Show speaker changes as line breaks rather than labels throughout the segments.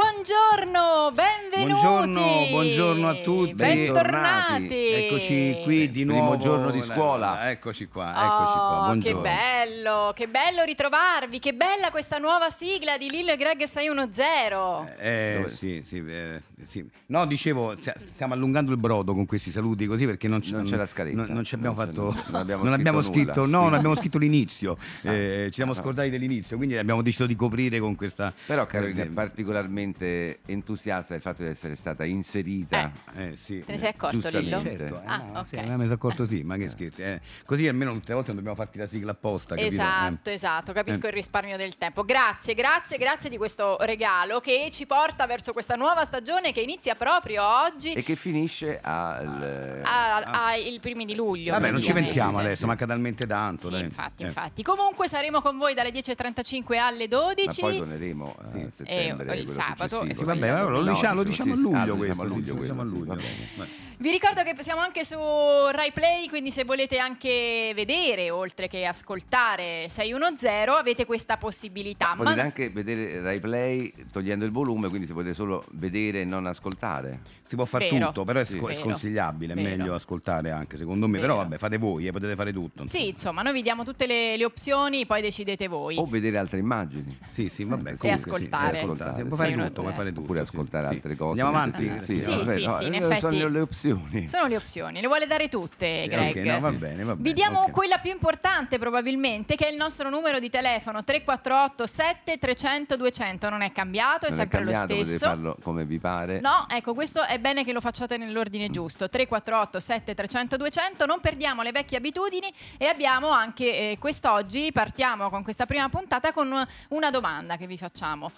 Buongiorno, benvenuti.
Buongiorno, buongiorno a tutti.
Bentornati.
Eccoci qui di
Primo
nuovo.
giorno di scuola.
Eccoci qua, eccoci qua.
Oh, che
Buongiorno.
bello, che bello ritrovarvi, che bella questa nuova sigla di Lillo e Greg 610.
Eh,
Dove-
sì, sì, eh, sì. No, dicevo, st- stiamo allungando il brodo con questi saluti così perché non, c-
Non c'è la scaletta.
Non, non ci abbiamo
Non c'è-
fatto.
non abbiamo
non abbiamo
scritto
scritto,
nulla.
no, non abbiamo scritto l'inizio. Eh, ci siamo scordati dell'inizio, quindi abbiamo deciso di coprire con questa.
Però Carolina è particolarmente entusiasta del fatto di essere stata inserita.
Eh, sì.
Te ne sei accorto Lillo?
Giustamente.
Certo, eh,
Ah,
no, sì,
ok.
eh, mi sono accorto sì, ma che scherzi. eh. Così almeno tutte le volte non dobbiamo farti la sigla apposta, capito? Eh.
Esatto, esatto, capisco il risparmio del tempo. Grazie, grazie, grazie di questo regalo che ci porta verso questa nuova stagione che inizia proprio oggi,
E che finisce al...
a-
Ah,
ai primi di luglio.
Vabbè, non ci
praticamente.
pensiamo adesso, manca talmente tanto.
Sì,
dai.
infatti,
Eh.
infatti. Comunque saremo con voi dalle 10.35 alle
Ma
12.
poi torneremo a
Sì.
settembre.
Eh, o il
quello
sabato,
successivo.
eh sì,
Sì, vabbè, vabbè, lo,
No,
diciamo, lo
sì,
diciamo
sì,
a luglio
ah, lo diciamo
questo. sì,
a
lo diciamo a
quello, sì,
luglio.
va bene.
Beh.
Vi ricordo che siamo anche su Rai Play, quindi se volete anche vedere, oltre che ascoltare 610, avete questa possibilità. Ma-
Potete anche vedere Rai Play togliendo il volume, quindi se potete solo vedere e non ascoltare.
Si può far
Vero.
tutto, però è,
Sì.
sco- è
Vero.
sconsigliabile, è
Vero.
meglio ascoltare anche, secondo me. Però
Vero.
vabbè, fate voi, eh, potete fare tutto.
Sì, insomma, noi vi diamo tutte le, le opzioni, poi decidete voi.
O vedere altre immagini.
Sì, sì, vabbè,
E
comunque, sì,
ascoltare.
e ascoltare. Puoi
Sì,
fare
no,
tutto, puoi
sì.
fare tutto.
Oppure
sì,
ascoltare
sì.
altre cose.
Andiamo avanti.
mentre-
Sì,
vabbè,
sì, sì, in effetti-
eh, Sono le opzioni.
Sono le opzioni, le vuole dare tutte,
Sì,
Greg.
Eh, ok, no, va bene, va
Vi
bene,
diamo
ok.
quella più importante probabilmente, che è il nostro numero di telefono 348 7300 200. Non è cambiato, è
Non è
sempre
cambiato,
lo
potete
stesso.
farlo come vi pare.
No, ecco, questo è bene che lo facciate nell'ordine giusto. 348 7300 200, non perdiamo le vecchie abitudini e abbiamo anche eh, quest'oggi, partiamo con questa prima puntata con una domanda che vi facciamo.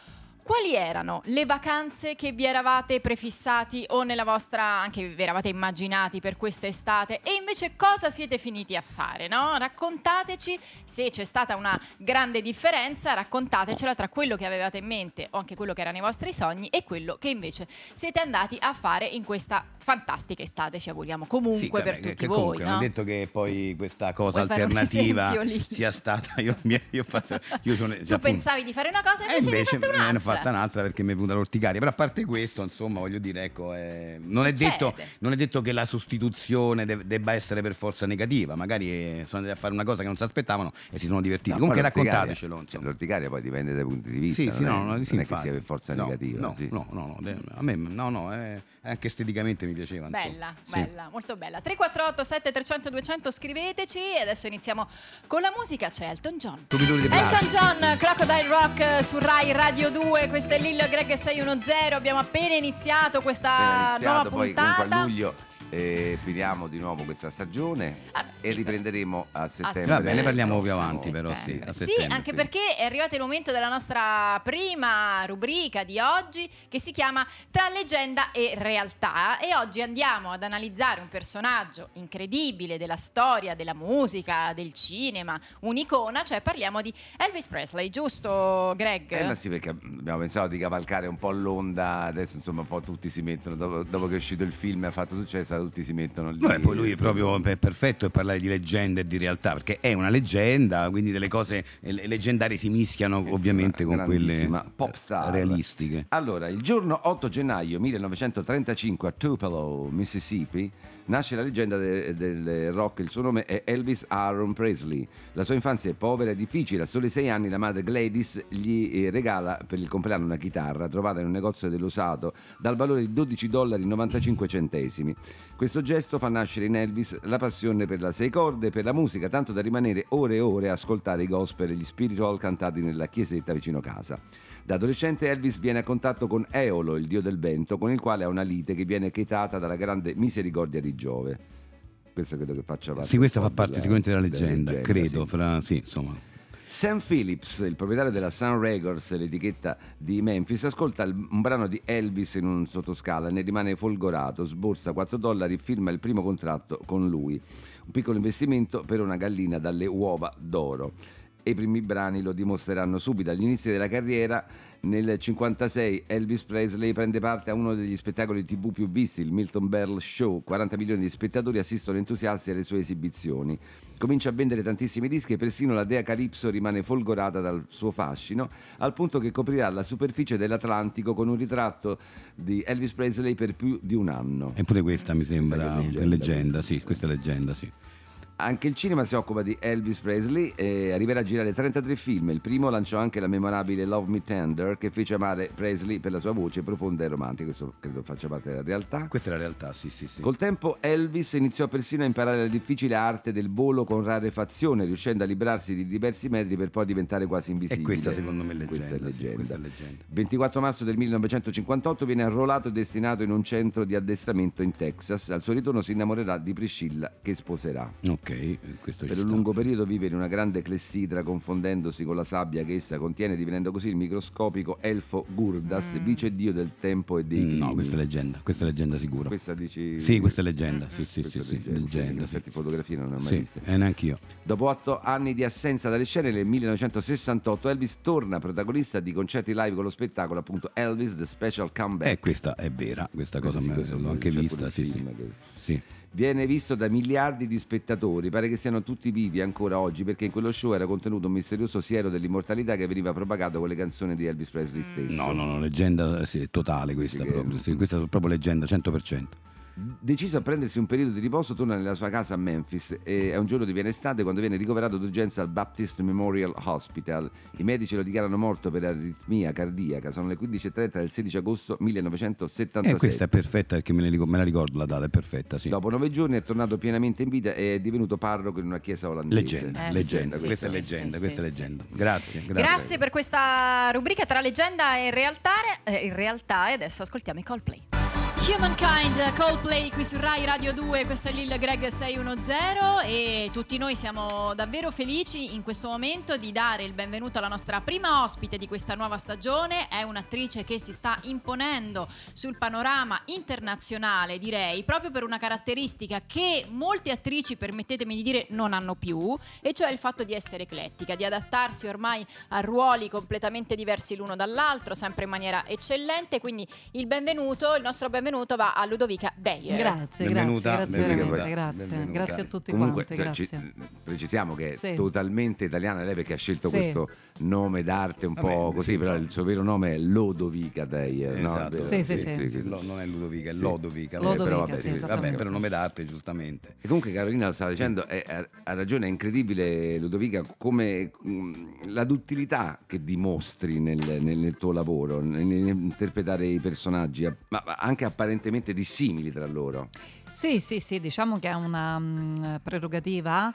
Quali erano le vacanze che vi eravate prefissati o nella vostra anche vi eravate immaginati per questa estate e invece cosa siete finiti a fare, no? Raccontateci se c'è stata una grande differenza, raccontatecela tra quello che avevate in mente o anche quello che erano i vostri sogni e quello che invece siete andati a fare in questa fantastica estate, ci auguriamo comunque
Sì,
per
vabbè, che-
tutti
che
voi,
comunque
no?
Non è detto che poi questa cosa
Vuoi fare un
alternativa
esempio, Lillo?
sia stata. Io, mi- io faccio, io sono, cioè,
tu
appunto-
pensavi di fare una cosa e
Eh,
invece, ne hai fatta
me ne ho
un'altra.
fatta un'altra perché mi è venuta l'orticaria. Però a parte questo, insomma, voglio dire, ecco, eh, non, è
Succede.
detto, non è detto che la sostituzione de- debba essere per forza negativa. Magari eh, sono andati a fare una cosa che non si aspettavano e si sono divertiti.
No,
Comunque
poi l'orticaria-
raccontatecelo. Insomma.
L'orticaria poi dipende dai punti di vista.
Sì, sì,
non,
no,
è,
no,
non
sì,
è che
infatti.
sia per forza
No,
negativa.
No,
sì.
no, no, no, eh, a me no, no, eh, anche esteticamente mi piaceva. insomma.
Bella,
Sì.
bella, molto bella. 348 7300 200 scriveteci e adesso iniziamo con la musica, c'è Elton John.
Tubiduri di Blas.
Elton John, Crocodile Rock eh, su Rai Radio 2, questo è Lillo e Greg 610, abbiamo appena iniziato questa
Appena iniziato,
eh, nuova
poi comunque
puntata.
a luglio eh, finiamo di nuovo questa stagione
Ah, sì,
e riprenderemo a settembre.
settembre. Vabbè, ne
parliamo più avanti,
Sì.
però, sì. a
Sì,
settembre,
anche
sì.
perché è arrivato il momento della nostra prima rubrica di oggi che si chiama Tra leggenda e realtà e oggi andiamo ad analizzare un personaggio incredibile della storia, della musica, del cinema, un'icona, cioè parliamo di Elvis Presley, giusto Greg?
Eh, ma sì, perché abbiamo pensato di cavalcare un po' l'onda, adesso insomma un po' tutti si mettono, dopo, dopo che è uscito il film e ha fatto successo, tutti si mettono lì.
No, e poi lui è proprio pe- perfetto per parlare di leggende e di realtà, perché è una leggenda, quindi delle cose eh, le- leggendarie si mischiano ovviamente con quelle
grandissima Ah, pop star.
realistiche.
Allora, il giorno 8 gennaio 1935 a Tupelo, Mississippi, nasce la leggenda de- del rock. Il suo nome è Elvis Aaron Presley. La sua infanzia è povera e difficile. A soli sei anni la madre Gladys gli eh, regala per il compleanno una chitarra trovata in un negozio dell'usato dal valore di 12,95 dollari. Questo gesto fa nascere in Elvis la passione per la sei corde e per la musica, tanto da rimanere ore e ore a ascoltare i gospel e gli spiritual cantati nella chiesetta vicino casa. Da adolescente Elvis viene a contatto con Eolo, il dio del vento, con il quale ha una lite che viene chetata dalla grande misericordia di Giove. Questo credo che faccia parte.
Sì, questa fa
della-
parte sicuramente della leggenda, credo,
sì.
fra- sì, insomma.
Sam Phillips, il proprietario della Sun Records, l'etichetta di Memphis, ascolta il- un brano di Elvis in un sottoscala, ne rimane folgorato, sborsa 4 dollari e firma il primo contratto con lui, un piccolo investimento per una gallina dalle uova d'oro. e i primi brani lo dimostreranno subito. Agli inizi della carriera, nel 56, Elvis Presley prende parte a uno degli spettacoli TV più visti, il Milton Berle Show. 40 milioni di spettatori assistono entusiasti alle sue esibizioni. Comincia a vendere tantissimi dischi e persino la dea Calypso rimane folgorata dal suo fascino, al punto che coprirà la superficie dell'Atlantico con un ritratto di Elvis Presley per più di un anno.
Eppure questa mi sembra
Questa è leggenda,
leggenda, sì, questa è leggenda, sì.
Anche il cinema si occupa di Elvis Presley e arriverà a girare 33 film. Il primo lanciò anche la memorabile Love Me Tender che fece amare Presley per la sua voce profonda e romantica. Questo credo faccia parte della realtà.
Questa è la realtà, sì, sì, sì.
Col tempo Elvis iniziò persino a imparare la difficile arte del volo con rarefazione, riuscendo a librarsi di diversi metri per poi diventare quasi
e
invisibile.
questa secondo me è leggenda.
Questa è
sì,
leggenda.
questa è leggenda.
24 marzo del 1958 viene arruolato e destinato in un centro di addestramento in Texas. Al suo ritorno si innamorerà di Priscilla che sposerà.
Ok, eh, questo
Per
ci
un
sta.
lungo periodo vive in una grande clessidra confondendosi con la sabbia che essa contiene divenendo così il microscopico elfo Gurdas, vice dio del tempo e dei
Mm, No,
climi.
questa è leggenda, questa è leggenda sicuro.
Questa dici...
Sì, questa è leggenda, sì, sì,
Questa
sì,
è
sì,
leggenda, in
leggenda. Sì,
effetti fotografie non ne ho mai
sì eh,
viste.
e neanche io.
Dopo otto anni di assenza dalle scene, nel 1968 Elvis torna protagonista di concerti live con lo spettacolo appunto Elvis The Special Comeback.
Eh, questa è vera, questa cosa
Questo sì,
me-
questo
l'ho
lo-
anche
c'è pure
vista,
il
sì, sì.
film che-
Sì.
Viene visto da miliardi di spettatori, pare che siano tutti vivi ancora oggi perché in quello show era contenuto un misterioso siero dell'immortalità che veniva propagato con le canzoni di Elvis Presley stesso.
Mm. No, no, no, leggenda sì, è totale questa
Perché-
proprio, sì, questa è proprio leggenda 100%.
Deciso a prendersi un periodo di riposo, torna nella sua casa a Memphis e a un giorno diviene estate quando viene ricoverato d'urgenza al Baptist Memorial Hospital. I medici lo dichiarano morto per aritmia cardiaca. Sono le 15.30 del 16 agosto
E
1976.
Eh, questa è perfetta perché me, ne ricor- me la ricordo la data, è perfetta, sì.
Dopo nove giorni è tornato pienamente in vita e è divenuto parroco in una chiesa olandese.
Leggenda,
Eh,
leggenda,
sì,
questa
sì,
è
sì,
leggenda,
sì,
questa è
sì,
leggenda. Grazie, grazie.
Grazie. per questa rubrica tra leggenda e realtà, eh, in realtà e adesso ascoltiamo i Coldplay. Humankind Coldplay qui su Rai Radio 2, questo è Lil Greg 610 e tutti noi siamo davvero felici in questo momento di dare il benvenuto alla nostra prima ospite di questa nuova stagione, è un'attrice che si sta imponendo sul panorama internazionale direi proprio per una caratteristica che molte attrici permettetemi di dire non hanno più e cioè il fatto di essere eclettica, di adattarsi ormai a ruoli completamente diversi l'uno dall'altro, sempre in maniera eccellente, quindi il benvenuto, il nostro benvenuto va a Ludovica Deyer.
Grazie,
Benvenuta,
grazie,
benvenuta,
veramente, grazie.
benvenuta.
Grazie a tutti
Comunque,
quanti,
cioè,
grazie.
ci- precisiamo che è
Sì.
totalmente italiana lei perché ha scelto
Sì.
questo nome d'arte un
Vabbè,
po'
sì.
così, però il suo vero nome è Lodovica Deyer,
Esatto.
no?
Sì, sì, sì.
Lo- non è Ludovica, è
Sì. Eh,
Lodovica.
Lodovica,
però vabbè,
sì,
sì, vabbè,
esattamente.
però nome d'arte, giustamente.
E comunque Carolina lo stava dicendo, è- ha, ha ragione, è incredibile Ludovica come mh, la duttilità che dimostri nel, nel- nel tuo lavoro, nel- nell'interpretare i personaggi, a- ma ma anche apparentemente dissimili tra loro.
Sì, sì, sì, diciamo che è una mm, prerogativa.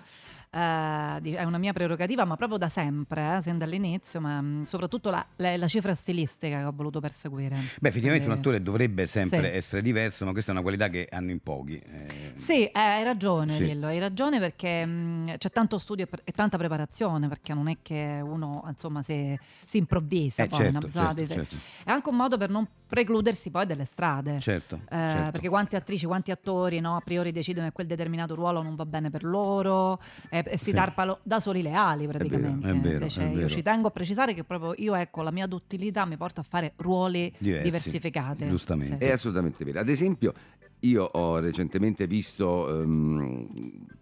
eh, di- è una mia prerogativa, ma proprio da sempre, eh, sin dall'inizio, ma mm, soprattutto la, la- la cifra stilistica che ho voluto perseguire.
Beh, effettivamente un
Quindi-
attore dovrebbe sempre
Eh. Sì.
essere diverso, ma questa è una qualità che hanno in pochi. eh.
Sì, eh, hai ragione,
Sì.
Lillo, hai ragione perché mh, c'è tanto studio e pre- e tanta preparazione, perché non è che uno insomma si, si improvvisa,
Eh,
poi
certo,
no? Bisogna
certo,
vedere.
certo.
è anche un modo per non precludersi poi delle strade.
Certo,
Eh,
certo.
Perché quante attrici, quanti attori no, a priori decidono che quel determinato ruolo non va bene per loro eh, e si
Sì.
tarpano da soli le ali praticamente.
è vero, è
Invece
vero.
io ci tengo a precisare che proprio io, ecco, la mia duttilità mi porta a fare ruoli
Diversi,
diversificati.
giustamente.
È assolutamente vero. Ad esempio, io ho recentemente visto, ehm,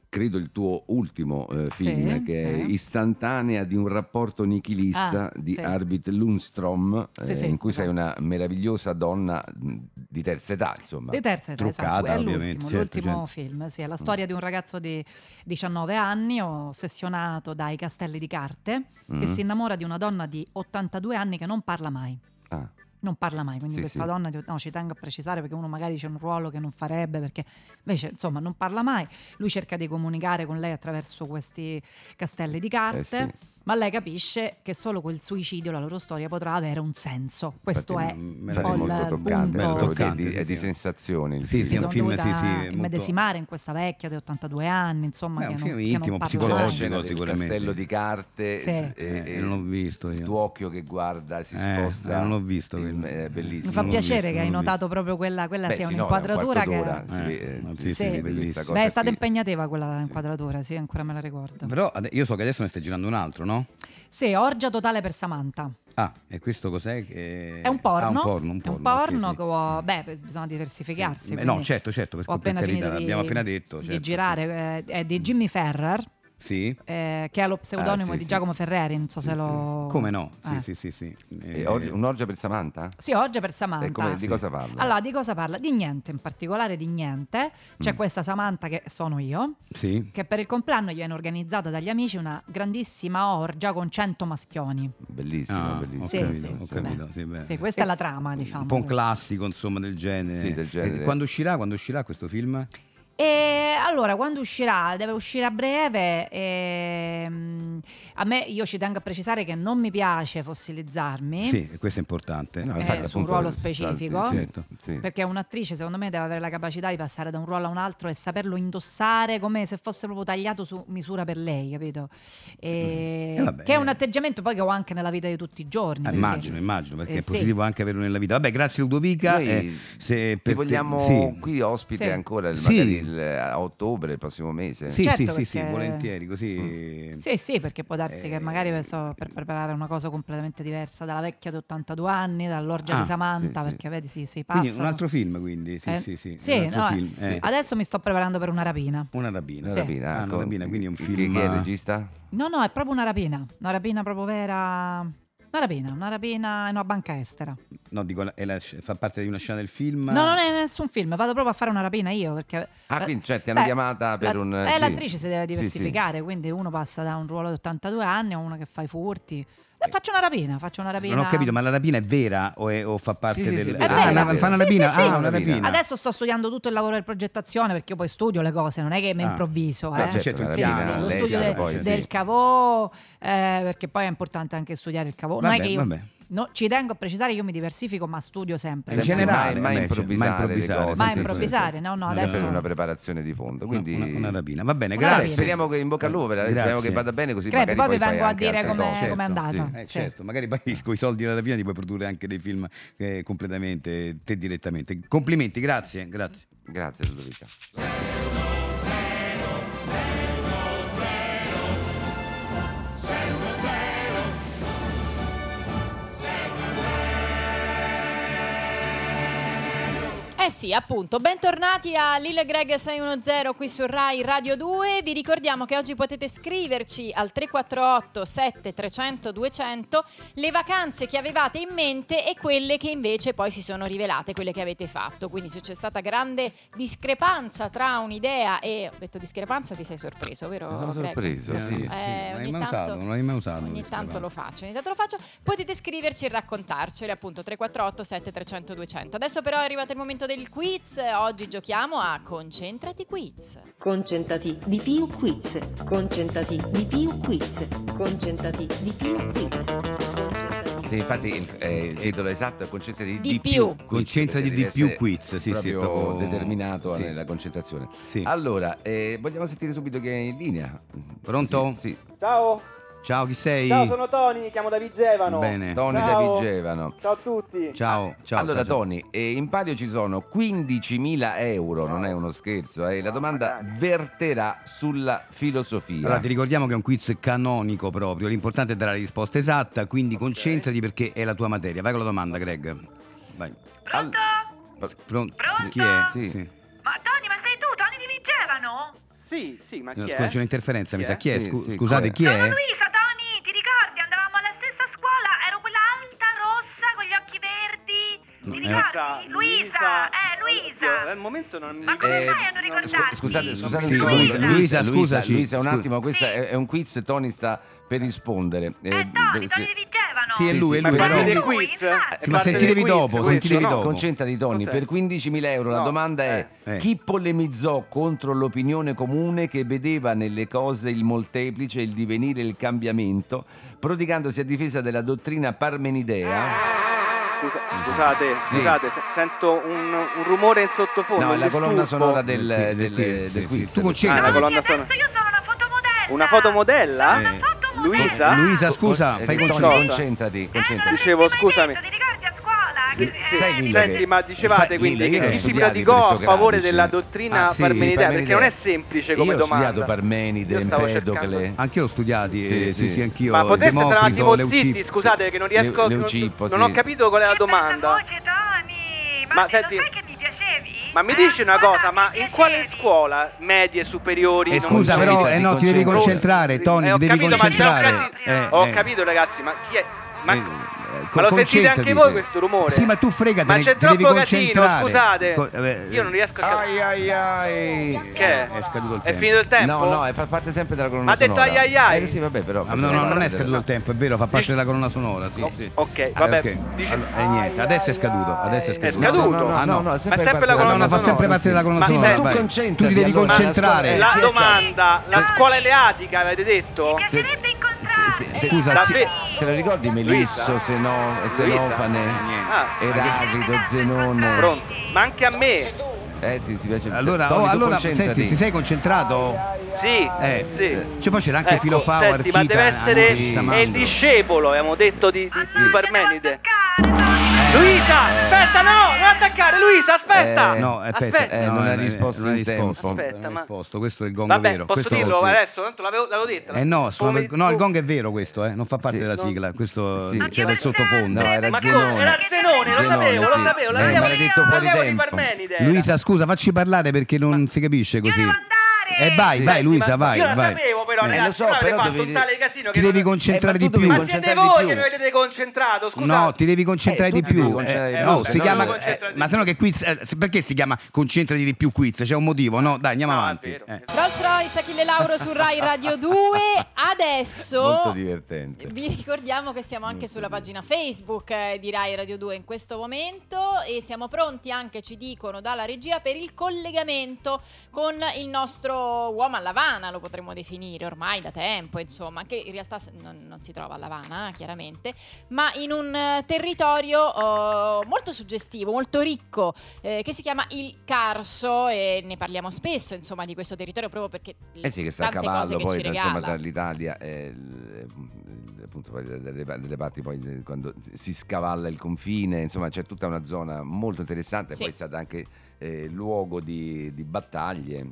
credo, il tuo ultimo eh,
Sì,
film, che è
sì.
Istantanea di un rapporto nichilista
Ah,
di
sì.
Arvid Lundstrom,
Sì,
eh,
sì,
in cui sei
esatto.
una meravigliosa donna mh, di terza età, insomma.
Di terza età,
Truccata,
esatto. È
ovviamente,
l'ultimo,
certo,
l'ultimo
certo.
film, sì, è
Mm.
la storia di un ragazzo di 19 anni ossessionato dai castelli di carte
Mm.
che si innamora di una donna di 82 anni che non parla mai.
Ah,
Non parla mai, quindi
Sì,
questa
sì.
donna, di- no, ci tengo a precisare perché uno magari c'è un ruolo che non farebbe perché invece insomma non parla mai. Lui cerca di comunicare con lei attraverso questi castelli di carte,
Eh, sì.
ma lei capisce che solo col suicidio la loro storia potrà avere un senso. Questo
Infatti,
è
m-
un
infatti
po'
è
il
molto toccante,
punto.
bello
proprio
toccante,
di-
sì,
è di
sì.
sensazioni. il
Sì,
film.
mi
sì, è un
sono
film,
dovuta
sì, sì, molto-
immedesimare in questa vecchia di 82 anni, insomma,
Beh, è
che,
un
non,
film
che non
intimo,
parla
C'è la
psicologico,
mai.
scena del
sicuramente.
castello di carte
Sì.
e-
Eh,
e-
non l'ho visto io.
il tuo occhio che guarda si
Eh,
sposta
eh, non l'ho visto
Il-
quello.
è bellissimo
Mi fa
Non l'ho
piacere
visto,
che hai
non l'ho
notato proprio quella, quella
Beh,
sia
sì, no, è un
un'inquadratura che...
quarto d'ora, sì,
Eh,
eh,
ma
sì,
sì,
sì,
sì,
questa
bellissimo.
cosa
Beh, è stata
qui.
impegnativa quella
Sì.
inquadratura, sì, ancora me la ricordo.
Però ade- io so che adesso ne stai girando un altro, no?
Sì, orgia totale per Samantha.
Ah, e questo cos'è? Che-
È un porno.
Ah, un porno, un
È un
porno, sì,
porno
sì. Mm.
che ho- beh, pe- bisogna diversificarsi.
Sì, beh,
quindi
no, certo, certo, perché
ho appena
per carità,
finito di,
l'abbiamo appena detto,
di
certo, Mm.
girare, eh, è di Jimmy Ferrer,
Sì.
eh, che è
Ah,
lo pseudonimo
sì,
di
sì.
Giacomo Ferreri, non so
Sì,
se
sì.
lo...
Come no? Sì,
Eh.
sì, sì, sì.
E
Eh,
oggi- un'orgia per Samantha?
Sì, oggi è per Samantha.
E come, di cosa parla?
Allora, di cosa parla? Di niente, in particolare di niente.
Mm.
C'è questa Samantha che sono io,
Sì.
che per il compleanno gli viene organizzata dagli amici una grandissima orgia con 100 maschioni.
Bellissimo,
Ah,
bellissimo.
Ho
sì,
capito,
sì,
ho
vabbè.
capito, sì, beh.
Sì, questa è la trama, diciamo.
Un po' un classico, insomma, del genere.
Sì, del
E
genere.
quando uscirà? Quando uscirà questo film?
E allora, quando uscirà? Deve uscire a breve. ehm, a me, io ci tengo a precisare che non mi piace fossilizzarmi.
Sì, e questo è importante.
No,
Eh,
infatti,
su un
appunto,
ruolo
sì,
specifico.
sì,
Certo.
sì.
Perché un'attrice, secondo me, deve avere la capacità di passare da un ruolo a un altro e saperlo indossare come se fosse proprio tagliato su misura per lei, capito? E-
Eh, vabbè,
che è
eh.
un atteggiamento poi che ho anche nella vita di tutti i giorni.
Ah,
perché-
immagino, immagino, perché
Eh,
è
sì.
positivo anche averlo nella vita. Vabbè, grazie Ludovica.
Noi
eh, se
ti
per te-
vogliamo
sì.
qui ospite
Sì.
ancora il-
Sì.
magari il- eh, a ottobre, il prossimo mese. Mm.
Sì,
Certo,
sì, sì, sì,
perché-
volentieri, così...
Sì, sì, perché può darsi che magari
Eh,
so, per preparare una cosa completamente diversa dalla vecchia di 82 anni, dall'orgia di
Ah,
sì,
Samantha,
sì.
perché vedi, sì, si
Quindi
passa.
un altro film, quindi, sì,
Eh,
sì, sì.
sì,
un altro
no, eh,
film, eh.
sì. Adesso mi sto preparando per una rapina.
Una rapina.
Una
Sì.
rapina,
Ah, una
con-
rapina, quindi è un
chi-
film-
Chi è il regista?
No, no, è proprio una rapina. Una rapina proprio vera. Una rapina, una rapina in una banca estera.
No, dico, è la- fa parte di una scena del film.
No, non è nessun film, vado proprio a fare una rapina io perché... eh,
Ah, quindi cioè, ti hanno
Beh,
chiamata per
la-
un...
eh,
sì.
l'attrice si
Sì,
deve
sì.
diversificare, quindi uno passa da un ruolo di 82 anni a uno che fa i furti. Eh, faccio una rapina, faccio una rapina.
Non ho capito, ma la rapina è vera o, è- o fa parte
Sì, sì,
del...
sì, è
ah,
vera,
una-
è vera.
fa una
Sì,
rapina?
sì, sì.
Ah, una rapina.
Adesso sto studiando tutto il lavoro di progettazione perché io poi studio le cose, non è che mi
Ah.
improvviso.
No,
eh.
certo, certo,
Sì,
la
sì,
rapina,
lo
lei
studio
sa
de-
poi, sì.
del cavò, eh, perché poi è importante anche studiare il cavò. non è
Vabbè,
che io-
vabbè.
no, ci tengo a precisare, io mi diversifico, ma studio sempre.
In
le
Sempre,
cose.
generale,
mai, mai
invece,
improvvisare,
mai
le
improvvisare,
cose,
sì,
Mai
sì,
improvvisare,
sì.
no, no,
Una-
Sempre
adesso...
una preparazione di fondo. Quindi
Una, una rapina. Va bene,
Una
grazie.
rapina.
speriamo che in bocca al lupo per la-
Grazie.
speriamo diciamo che vada bene così
Crepi, poi
magari
vi
fai
vengo a
anche
dire
altre
com'è,
cose.
Certo,
com'è andato.
Eh,
Sì.
certo, magari poi con i soldi della rapina ti puoi produrre anche dei film eh, completamente te direttamente. Complimenti, grazie, grazie.
Grazie Ludovica.
Eh sì, appunto. Bentornati a Lille Greg 610 qui su Rai Radio 2. Vi ricordiamo che oggi potete scriverci al 348 7300 200 le vacanze che avevate in mente e quelle che invece poi si sono rivelate, quelle che avete fatto. Quindi se c'è stata grande discrepanza tra un'idea e... Ho detto discrepanza, ti sei sorpreso, vero?
Mi sono
Greg?
sorpreso,
Eh,
sì.
Oh, Eh,
sì. Non l'hai
ogni
mai
tanto,
usato, non l'hai mai usato
ogni
questo,
tanto
guarda.
lo faccio, ogni tanto lo faccio. Potete scriverci e raccontarcele appunto 348 7300 200. Adesso però è arrivato il momento del quiz. Oggi giochiamo a Concentrati Quiz.
Concentrati di più quiz. Concentrati di più quiz. Concentrati di più quiz. Concentrati.
Sì, infatti eh, il titolo esatto è concentrati di,
Di più.
più. quiz,
Concentrati
perché
di
devi
più
essere
quiz, sì, sì, è
proprio
proprio-
determinato
sì.
nella concentrazione.
Sì.
Allora, eh, vogliamo sentire subito che è in linea.
Pronto?
Sì.
Ciao,
Ciao, chi sei?
ciao, sono Tony, mi chiamo Davigevano.
Bene.
Tony
Ciao.
da Vigevano.
Ciao a tutti.
Ciao, ciao.
allora,
ciao, ciao.
Tony, eh, in palio ci sono 15.000 euro, non è uno scherzo, eh. la domanda verterà sulla filosofia.
Allora, ti ricordiamo che è un quiz canonico proprio, l'importante è dare la risposta esatta, quindi concentrati perché è la tua materia. Vai con la domanda, Greg. Vai.
Al-
Pronto?
Pronto?
Chi è?
Sì.
Ma Tony, ma sei tu, Tony di Vigevano?
Sì, sì, ma chi
Scusa,
è?
c'è un'interferenza, mi
Chi
sa.
è?
Chi è?
Sì,
Scu-
sì,
Scusate,
chi
chi
Sono
è?
Luisa, Tony, ti ricordi? Andavamo alla stessa scuola, ero quella alta, rossa, con gli occhi verdi. Ti
Eh.
ricordi? Luisa, eh,
Oddio, al
Luisa.
momento non mi
Ma come
Eh,
fai a
scu-
non ricordarti?
scusate, scusate un
Sì,
secondo.
Luisa, Luisa, scusaci.
Luisa, un
Scusa.
attimo, questo è, è un quiz e Tony sta per rispondere. Eh,
Eh, Tony,
deve- sì.
Tony di Vigevano.
Sì, è lui, è
Ma
lui.
è parte
però-
lui,
del
no.
quiz?
infatti.
È
Sì, ma
parte
sentitevi
del quiz,
dopo,
questo,
sentitevi
no?
dopo.
Concentrati Tony,
Cos'è?
per 15.000 euro la
No,
domanda è
eh.
chi polemizzò contro l'opinione comune che vedeva nelle cose il molteplice, il divenire, il cambiamento, prodigandosi a difesa della dottrina
Ah.
parmenidea?
Scusa- scusate,
Sì.
scusate, se- sento un, un rumore in sottofondo.
No, è
mi
la colonna
stufo.
sonora del,
Del
del-
quiz,
del
sì, sì.
quiz.
Tu concentra-
Ah, la
Tony,
colonna
adesso
sonora.
io sono una fotomodella.
Una fotomodella?
Sono una
Eh.
fotomodella.
Luisa?
Luisa,
Co-
scusa,
con- eh,
fai
Tony,
concentrati.
concentrare.
concentrati,
Ah,
Eh, non
concentrati.
Dicevo,
l'avresti mai
scusami.
detto, Ti ricordi a scuola?
che- eh,
Sai, Lilla,
ah, Senti,
che-
ma dicevate
Fa-
quindi
Lilla, io
chi
ho
si
studiato
predicò
per
a
Socratici.
favore della dottrina
Ah, sì,
parmenidea? Perché non
Parmenidea.
è semplice come
io
domanda.
Ho studiato Parmenide,
Io stavo
Empedocle.
Anche io ho studiati,
Sì,
eh, sì,
sì.
sì, anch'io.
Ma potete stare un attimo
Democrito,
zitti,
Leucip-
scusate, che non riesco.
Leu- Leucippo,
non
sì.
ho capito qual è la
che bella
domanda.
voce, Tony! Ma,
Ma
lo
senti-
sai che mi piacevi?
Ma mi
Eh,
dici una
a scuola
cosa,
mi
ma in quale
piacevi?
scuola? Medie, superiori?
Eh,
non-
scusa, però
Concentrati,
eh, no, ti devi
concentrati.
concentrare, Tony,
Eh,
ti
ho
devi
capito, ma ce l'ho
concentrare.
capito.
Eh,
Ho
eh.
capito, ragazzi, ma chi è. Ma,
Eh, eh,
ma
co-
lo sentite
concentrati.
anche voi questo rumore?
Sì, ma tu fregati,
Ma
ne-
c'è
ti devi
troppo catino,
concentrare.
scusate.
Co- eh,
Io non riesco a capire.
Ai ai ai.
Che è?
È scaduto il
È
tempo.
finito il tempo?
No, no, eh, fa parte sempre della colonna
Ma ha detto
sonora.
ai ai ai.
Eh, sì, vabbè, però.
Ah, no, no, non è scaduto il tempo, è vero, fa parte della colonna sonora, sì,
Oh,
sì.
ok,
Ah,
vabbè,
ok.
dici-
Allora, eh, niente, adesso è scaduto, adesso è
È
scaduto.
No,
scaduto?
no, no,
Ah, no.
no, no, è
Ma è sempre la
parte
colonna
della
sonora.
fa sempre parte della colonna
Ma
sonora.
senti,
tu
vai.
concentrati
Tu ti devi
allora, la
concentrare.
scuola-
La
Chiesa.
domanda, la
Sì.
scuola eleatica avete detto?
Mi piacerebbe incontrarti!
Eh, Sì, sì,
Scusa,
te-
sì.
te lo ricordi Melisso, Seno, Senofane,
Ah.
Eraclito, Zenone?
Pronto, ma anche a me.
Eh, ti, ti piace
Allora,
Tony,
oh,
ah,
tu
allora
concentrati.
senti, ti sei concentrato?
Sì,
Eh,
sì.
Cioè, poi c'era anche
Ecco,
Filofao,
senti, ma
Archita,
deve essere
Anzi,
è il
Samandro.
discepolo, abbiamo detto di, di,
No,
di
te devo
Parmenide.
attaccare, Tony!
Luisa, aspetta, no, non attaccare, Luisa, aspetta.
Eh,
No, aspetta,
Eh,
no,
non ha
eh,
risposto
non ha
in tempo.
risposto,
Aspetta,
non ha
ma-
risposto. Questo è il gong
Vabbè,
vero.
posso
questo
dirlo
sì.
adesso, tanto l'avevo, l'avevo detta.
Eh no, solo
Come-
per- no, il gong è vero questo, eh, non fa parte
Sì.
della
No.
sigla, questo
Sì.
c'è
Anche
del
perché-
sottofondo.
No, era
Eh, Ma come?
Zenone.
Era Zenone, lo
Zenone,
sapevo, lo
sì.
sapevo, lo
Eh,
sapevo,
maledetto
lo
fuori
sapevo di
tempo.
Parmenide. era.
Luisa, scusa, facci parlare perché non si capisce così.
devo andare!
Eh vai,
Sì.
vai Luisa,
Ma-
vai,
Io lo
vai.
sapevo però,
Eh,
ragazzi,
lo so,
però avete
però
fatto
devi-
un tale casino
Ti
che non-
devi concentrare
Eh, ma
di
tu
più.
devi
Ma siete
concentrarti
voi
più.
che mi avete concentrato, scusate.
No, ti devi concentrare
Eh,
di
tu ti devi
più.
concentrare
Eh,
di
no,
più,
si
se no-
chiama,
Concentrati
eh, ma
di
se no che quiz, eh, perché si chiama concentrati di più quiz? C'è un motivo, no? Dai, andiamo
No, è
avanti.
vero.
Eh.
Rolls Royce, Achille Lauro su Rai Radio 2. Adesso
Molto divertente.
vi ricordiamo che siamo anche sulla pagina Facebook eh, di Rai Radio 2 in questo momento e siamo pronti anche, ci dicono dalla regia, per il collegamento con il nostro uomo a Lavana, lo potremmo definire ormai da tempo, insomma, che in realtà se- non, non si trova a Lavana, eh, chiaramente, ma in un eh, territorio oh, molto suggestivo, molto ricco eh, che si chiama Il Carso e ne parliamo spesso insomma di questo territorio proprio perché
Eh sì, che sta a
tante cose
cavallo
che
poi
ci
tra- insomma,
regala
tra l'Italia e il- eh, appunto poi dalle, dalle parti poi de- quando si scavalla il confine, insomma c'è tutta una zona molto interessante,
Sì.
poi è stata anche eh, luogo di, di battaglie.
e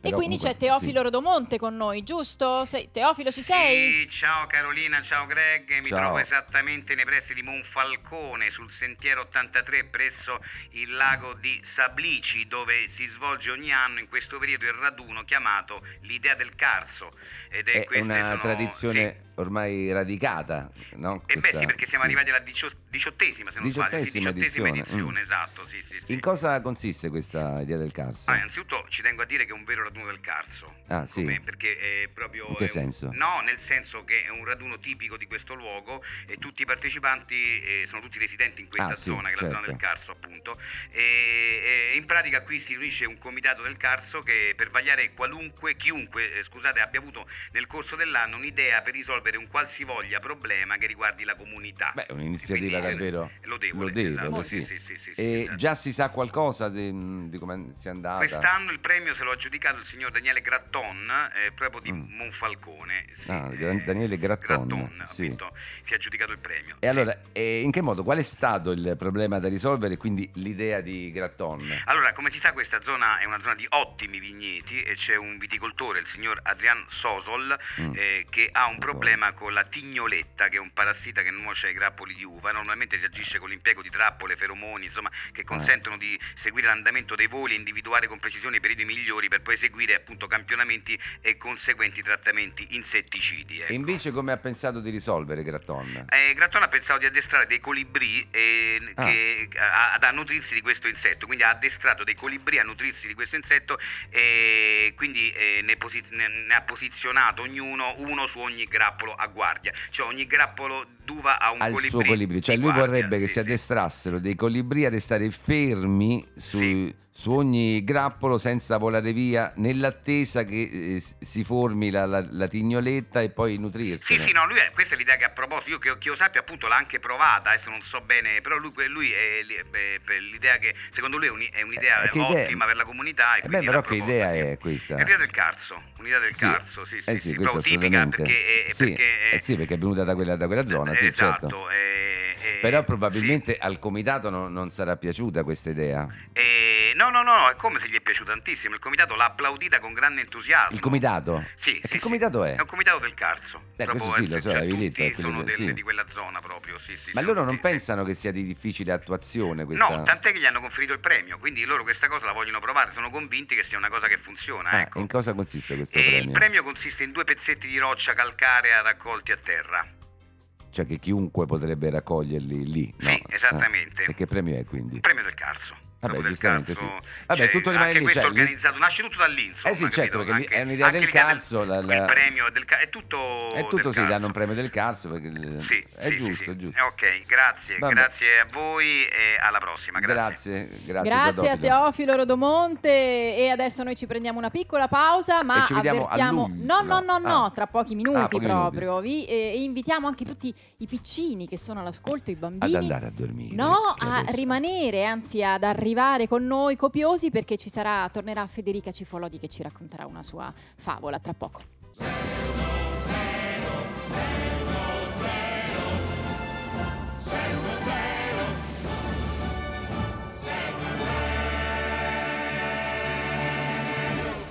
Però
quindi
comunque,
c'è Teofilo
sì.
Rodomonte con noi giusto? Sei- Teofilo ci sei?
Sì, ciao Carolina, ciao Greg, mi
Ciao.
trovo esattamente nei pressi di Monfalcone sul sentiero 83 presso il lago di Sablici dove si svolge ogni anno in questo periodo il raduno chiamato l'idea del carso. Ed
È
queste
una
sono-
tradizione
sì.
ormai radicata, no?
E beh
Questa-
sì, perché siamo
sì.
arrivati alla dicio- diciottesima, se non sbaglio, sì,
Diciottesima
diciottesima
edizione,
edizione,
mm.
esatto, sì, sì, sì.
In cosa consiste questa idea del carso?
Ah, innanzitutto ci tengo a dire che è un vero raduno del Carso.
Ah, sì.
Come- Perché è proprio.
In che
è un-
senso?
no, nel senso che è un raduno tipico di questo luogo e tutti i partecipanti eh, sono tutti residenti in questa
Ah, sì,
zona, che è la zona
certo.
del Carso, appunto. E, e in pratica qui si riunisce un comitato del Carso che per vagliare qualunque, chiunque, eh, scusate, abbia avuto nel corso dell'anno un'idea per risolvere un qualsivoglia problema che riguardi la comunità.
Beh, è un'iniziativa
Quindi, eh,
davvero
lodevole.
lodevole,
esatto,
sì.
sì, sì, sì, sì,
E
esatto.
già si sa qualcosa di, di come sia andata?
Quest'anno il premio se lo ha aggiudicato il signor Daniele Gratton, eh, proprio di
Mm.
Monfalcone. sì,
Ah,
eh,
Dan- Daniele Gratton, sì.
appunto, si è aggiudicato il premio.
E allora, eh, in che modo? Qual è stato il problema da risolvere? Quindi l'idea di Gratton?
Allora, come si sa, questa zona è una zona di ottimi vigneti e c'è un viticoltore, il signor Adrian Sosol,
Mm.
eh, che ha un
Sosol.
problema con la tignoletta, che è un parassita che nuoce ai grappoli di uva. Normalmente si agisce con l'impiego di trappole, feromoni, insomma,
Eh.
che consentono di seguire l'andamento dei voli e individuare con precisione i periodi migliori per poi eseguire appunto campionamenti e conseguenti trattamenti insetticidi. ecco.
E invece come ha pensato di risolvere Gratton?
Eh, Gratton ha pensato di addestrare dei colibrì eh,
Ah.
che- a- ad a nutrirsi di questo insetto, quindi ha addestrato dei colibrì a nutrirsi di questo insetto e quindi eh, ne, posi- ne- ne ha posizionato ognuno uno su ogni grappolo a guardia, cioè ogni grappolo d'uva ha un
Al
colibrì.
suo colibrì, cioè
di
lui
guardia,
vorrebbe che
sì,
si
sì.
addestrassero dei colibrì a restare fermi sui,
Sì.
su ogni grappolo senza volare via, nell'attesa che eh, s- si formi la, la- la tignoletta e poi nutrirsi. eh.
Sì, sì, no, lui è, questa è l'idea che ha proposto. Io che, che io sappia, appunto, l'ha anche provata. Adesso non so bene, però lui, que- lui è, li-
eh,
beh, per l'idea che secondo lui è, un- è un'idea
Eh, che idea-
ottima per la comunità. E
Eh beh,
quindi
però
l'ha
che
proposta,
idea
sì.
è questa?
È l'idea del carso, un'idea del
Cioè. Sì.
carzo, sì, sì,
Eh
sì,
questo
proprio tipica
assolutamente.
perché, eh,
sì,
perché,
eh sì, perché è venuta da quella, da quella zona, sì,
esatto,
certo.
eh, eh,
Però
sì.
probabilmente al comitato non, non sarà piaciuta questa idea.
Eh, no, no, no, è come se gli è piaciuto tantissimo. Il comitato l'ha applaudita con grande entusiasmo.
Il comitato?
Ah, Sì,
E
sì,
che
sì.
comitato è?
È un comitato del Carso.
Eh,
Proprio,
questo sì, lo so,
cioè,
l'avevi
tutti
detto, è quello
sono
del-
del-
sì.
di quella zona proprio, sì, sì.
Ma
sono
loro non
tutti-
pensano che sia di difficile attuazione questa...
No, tant'è che gli hanno conferito il premio, quindi loro questa cosa la vogliono provare, sono convinti che sia una cosa che funziona,
Ah,
ecco.
in cosa consiste questo
E il
premio?
premio consiste in due pezzetti di roccia calcarea raccolti a terra.
Cioè che chiunque potrebbe raccoglierli lì, no?
Sì, esattamente.
Ah, E che premio è quindi?
Il premio del Carso.
Vabbè,
proprio del
giustamente,
Carso.
sì. Vabbè, tutto rimane
anche
lì,
questo
cioè, lì-
organizzato, nasce tutto dall'inso.
Eh sì, certo, perché lì è un'idea del Carso, la- la-
Eh.
Il premio del Carso, è tutto
È tutto
del
sì,
Carso.
danno un premio del calcio perché il-
Sì,
è
sì, sì,
giusto,
sì.
è giusto.
Eh, Ok, grazie,
Vabbè.
grazie a voi e alla prossima.
Grazie, grazie.
Grazie a oh,
Teofilo.
Teofilo Rodomonte e adesso noi ci prendiamo una piccola pausa ma
ci vediamo a
avvertiamo
luglio.
no no no no
Ah.
tra pochi
Ah,
minuti
pochi
proprio vi eh, invitiamo anche tutti i piccini che sono all'ascolto i bambini
Ad andare a dormire.
No,
che
a
adesso-
rimanere, anzi ad arrivare con noi copiosi perché ci sarà, tornerà Federica Cifolodi che ci racconterà una sua favola tra poco.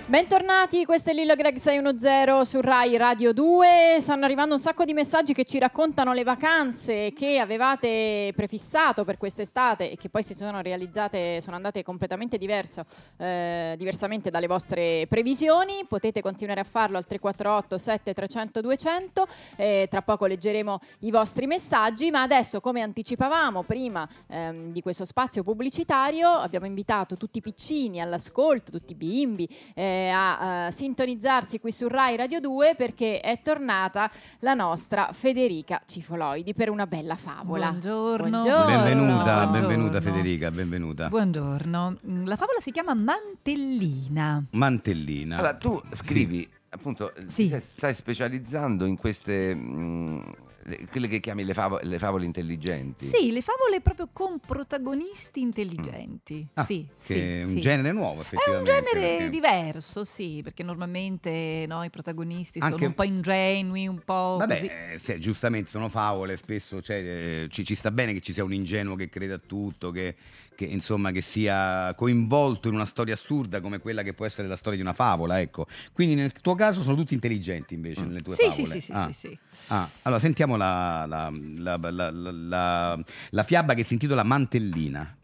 Bentornati, questo è Lillo Greg 610 su Rai Radio 2. Stanno arrivando un sacco di messaggi che ci raccontano le vacanze che avevate prefissato per quest'estate e che poi si sono realizzate, sono andate completamente diverso, eh, diversamente dalle vostre previsioni. Potete continuare a farlo al 348 7300 200. Eh, tra poco leggeremo i vostri messaggi, ma adesso come anticipavamo prima ehm, di questo spazio pubblicitario abbiamo invitato tutti i piccini all'ascolto, tutti i bimbi eh, a eh, sintonizzarsi qui su Rai Radio 2 perché è tornata la nostra Federica Cifoloidi per una bella favola.
Buongiorno.
Buongiorno.
Benvenuta,
Buongiorno.
benvenuta Federica, benvenuta.
Buongiorno. Mm, La favola si chiama Mantellina.
Mantellina.
Allora, tu scrivi, appunto,
Sì.
ti stai specializzando in queste... mh, le- quelle che chiami le, favo- le favole intelligenti.
Sì, le favole proprio con protagonisti intelligenti.
Ah,
sì,
che
sì,
è un
sì.
genere nuovo,
È un
effettivamente.
genere
perché-
diverso, sì, perché normalmente no, i protagonisti
Anche-
sono un po' ingenui, un po'
Vabbè,
così.
eh, se- giustamente sono favole, spesso cioè, eh, ci, ci sta bene che ci sia un ingenuo che creda a tutto, che, che, insomma che sia coinvolto in una storia assurda come quella che può essere la storia di una favola, ecco. Quindi nel tuo caso sono tutti intelligenti invece nelle tue
Mm. Sì, sì,
favole.
sì, sì,
Ah.
sì, sì.
Ah, allora sentiamo la, la, la, la- la- la- la fiaba che si intitola Mantellina.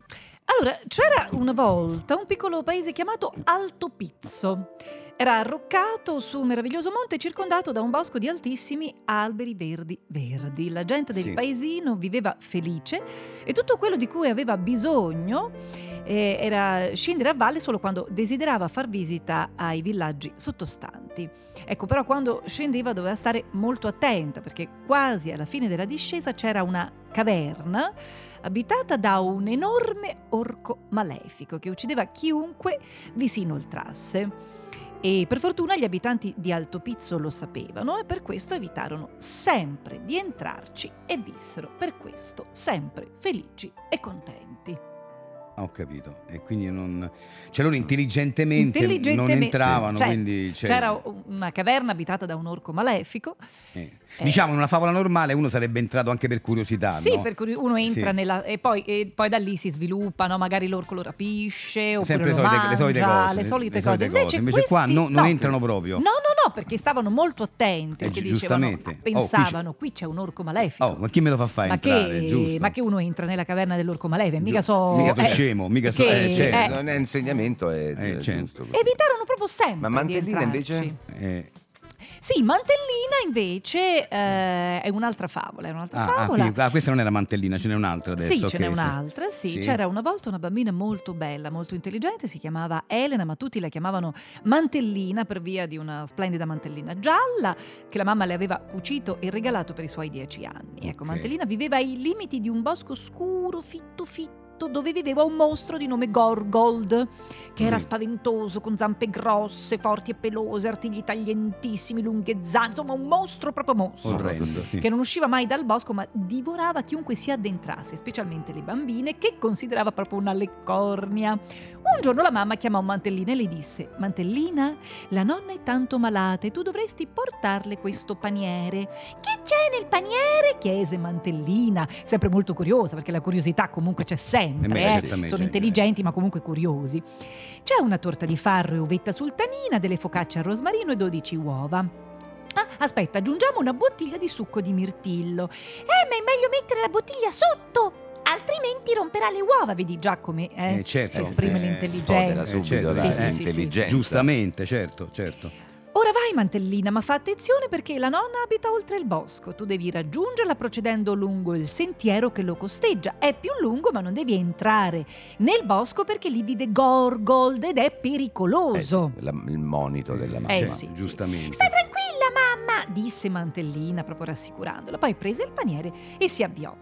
Allora, c'era una volta un piccolo paese chiamato Alto Pizzo. Era arroccato su un meraviglioso monte circondato da un bosco di altissimi alberi verdi verdi. La gente del
Sì.
paesino viveva felice e tutto quello di cui aveva bisogno eh, era scendere a valle solo quando desiderava far visita ai villaggi sottostanti. Ecco, però quando scendeva doveva stare molto attenta perché quasi alla fine della discesa c'era una caverna abitata da un enorme orco malefico che uccideva chiunque vi si inoltrasse. E per fortuna gli abitanti di Alto Pizzo lo sapevano e per questo evitarono sempre di entrarci e vissero per questo sempre felici e contenti.
Ah, ho capito. E quindi non... Cioè loro intelligentemente, non
Intelligentemente-
entravano,
Certo,
quindi... cioè-
C'era una caverna abitata da un orco malefico.
Eh.
Eh.
Diciamo, in una favola normale uno sarebbe entrato anche per curiosità.
sì,
no?
per cui uno entra
Sì.
nella. E poi, e poi da lì si sviluppa, no? magari l'orco lo rapisce, oppure
Sempre
lo
le solite-
mangia,
le solite cose,
le solite
le solite
cose.
cose.
Invece,
Invece qua
questi-
no- non entrano proprio.
No, no, no, perché stavano molto attenti,
Eh,
perché
gi-
dicevano,
giustamente.
"Ah,
Oh, qui c'è-
pensavano, qui c'è un orco malefico.
Oh, ma chi me lo fa fare
ma,
entrare?
che,
Giusto.
ma che uno entra nella caverna dell'orco malefico? Mica so.
Mica tu scemo, mica so-
oh, eh, che-
eh, certo.
eh,
Cioè, Non è insegnamento, è,
Eh,
è
certo.
giusto.
Evitarono proprio
Ma
sempre. di
Mantellina invece?
entrarci.
Eh,
Sì, Mantellina invece eh, è un'altra favola. È un'altra
ah, ah,
favola.
quindi- ah, questa non è la mantellina, ce n'è un'altra adesso.
Sì, ce
ok,
n'è un'altra, sì.
Sì.
C'era una volta una bambina molto bella, molto intelligente, si chiamava Elena, ma tutti la chiamavano Mantellina per via di una splendida mantellina gialla che la mamma le aveva cucito e regalato per i suoi dieci anni. Ecco,
Ok.
Mantellina viveva ai limiti di un bosco scuro, fitto fitto sotto dove viveva un mostro di nome Gorgold, che era
Mm.
spaventoso, con zampe grosse, forti e pelose, artigli taglientissimi, lunghe zanne, insomma un mostro proprio mostro.
Orrendo, sì.
Che non usciva mai dal bosco, ma divorava chiunque si addentrasse, specialmente le bambine, che considerava proprio una leccornia. Un giorno la mamma chiamò Mantellina e le disse: Mantellina, la nonna è tanto malata e tu dovresti portarle questo paniere. Che c'è nel paniere? chiese Mantellina, sempre molto curiosa perché la curiosità comunque c'è sempre.
Eh beh,
eh.
certamente,
Sono
eh.
intelligenti ma comunque curiosi. C'è una torta di farro e uvetta sultanina, delle focacce al rosmarino e 12 uova. Ah, aspetta, aggiungiamo una bottiglia di succo di mirtillo. Eh, ma è meglio mettere la bottiglia sotto! Altrimenti romperà le uova, vedi già come eh,
Eh, certo,
esprime
eh,
Sfodera
l'intelligenza.
subito
Eh, certo,
la
sì, sì, sì, sì.
intelligenza.
Giustamente, certo, certo.
Ora vai, mantellina, ma fa attenzione perché la nonna abita oltre il bosco. Tu devi raggiungerla procedendo lungo il sentiero che lo costeggia. È più lungo, ma non devi entrare nel bosco perché lì vive Gorgold ed è
Eh,
pericoloso.
la- il monito della mamma.
Eh,
Cioè,
sì, sì.
giustamente.
Stai tranquilla, mamma, disse Mantellina, proprio rassicurandola. Poi prese il paniere e si avviò.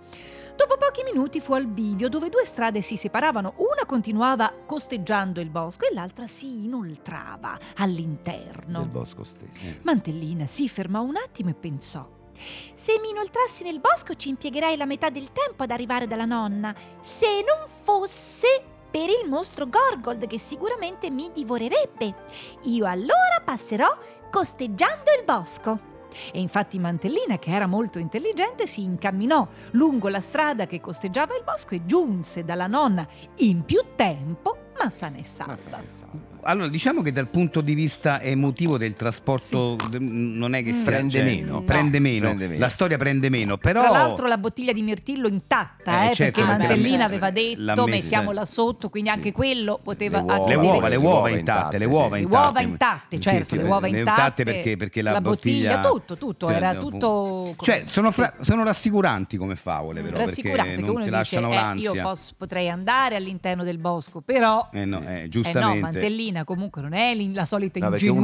Dopo pochi minuti fu al bivio dove due strade si separavano, una continuava costeggiando il bosco e l'altra si inoltrava all'interno.
Del bosco stesso.
Eh.
Mantellina si fermò un attimo e pensò. Se mi inoltrassi nel bosco ci impiegherei la metà del tempo ad arrivare dalla nonna, se non fosse per il mostro Gorgold che sicuramente mi divorerebbe. Io allora passerò costeggiando il bosco. E infatti Mantellina, che era molto intelligente, si incamminò lungo la strada che costeggiava il bosco e giunse dalla nonna in più tempo, ma sana e
Ma
salva.
fa- salva.
Allora, diciamo che dal punto di vista emotivo del trasporto de- non è che sia,
Prende
cioè,
meno.
prende
No.
meno.
Prende meno.
La storia prende meno, però
Mm. Tra l'altro la bottiglia di mirtillo intatta,
Eh,
eh,
certo,
perché
ah, beh,
Mantellina
certo.
aveva
L'ha
detto
messa-
mettiamola sotto, quindi anche
Sì.
quello poteva...
Le uova,
le uova, le
le
uova
uova
intatte,
intatte,
le uova
sì.
Le
intatte.
uova intatte, certo, le uova intatte,
perché, perché la,
la bottiglia, tutto, tutto,
Cioè,
era
dopo-
tutto-
Cioè, sono,
sì.
fra- sono rassicuranti come favole, però,
rassicurante
perché
perché
non
uno
ti
dice
lasciano
eh,
l'ansia.
io posso- potrei andare all'interno del bosco, però...
Eh no, eh,
Eh no,
giustamente.
Mantellina comunque non è lin- la solita
No, perché uno,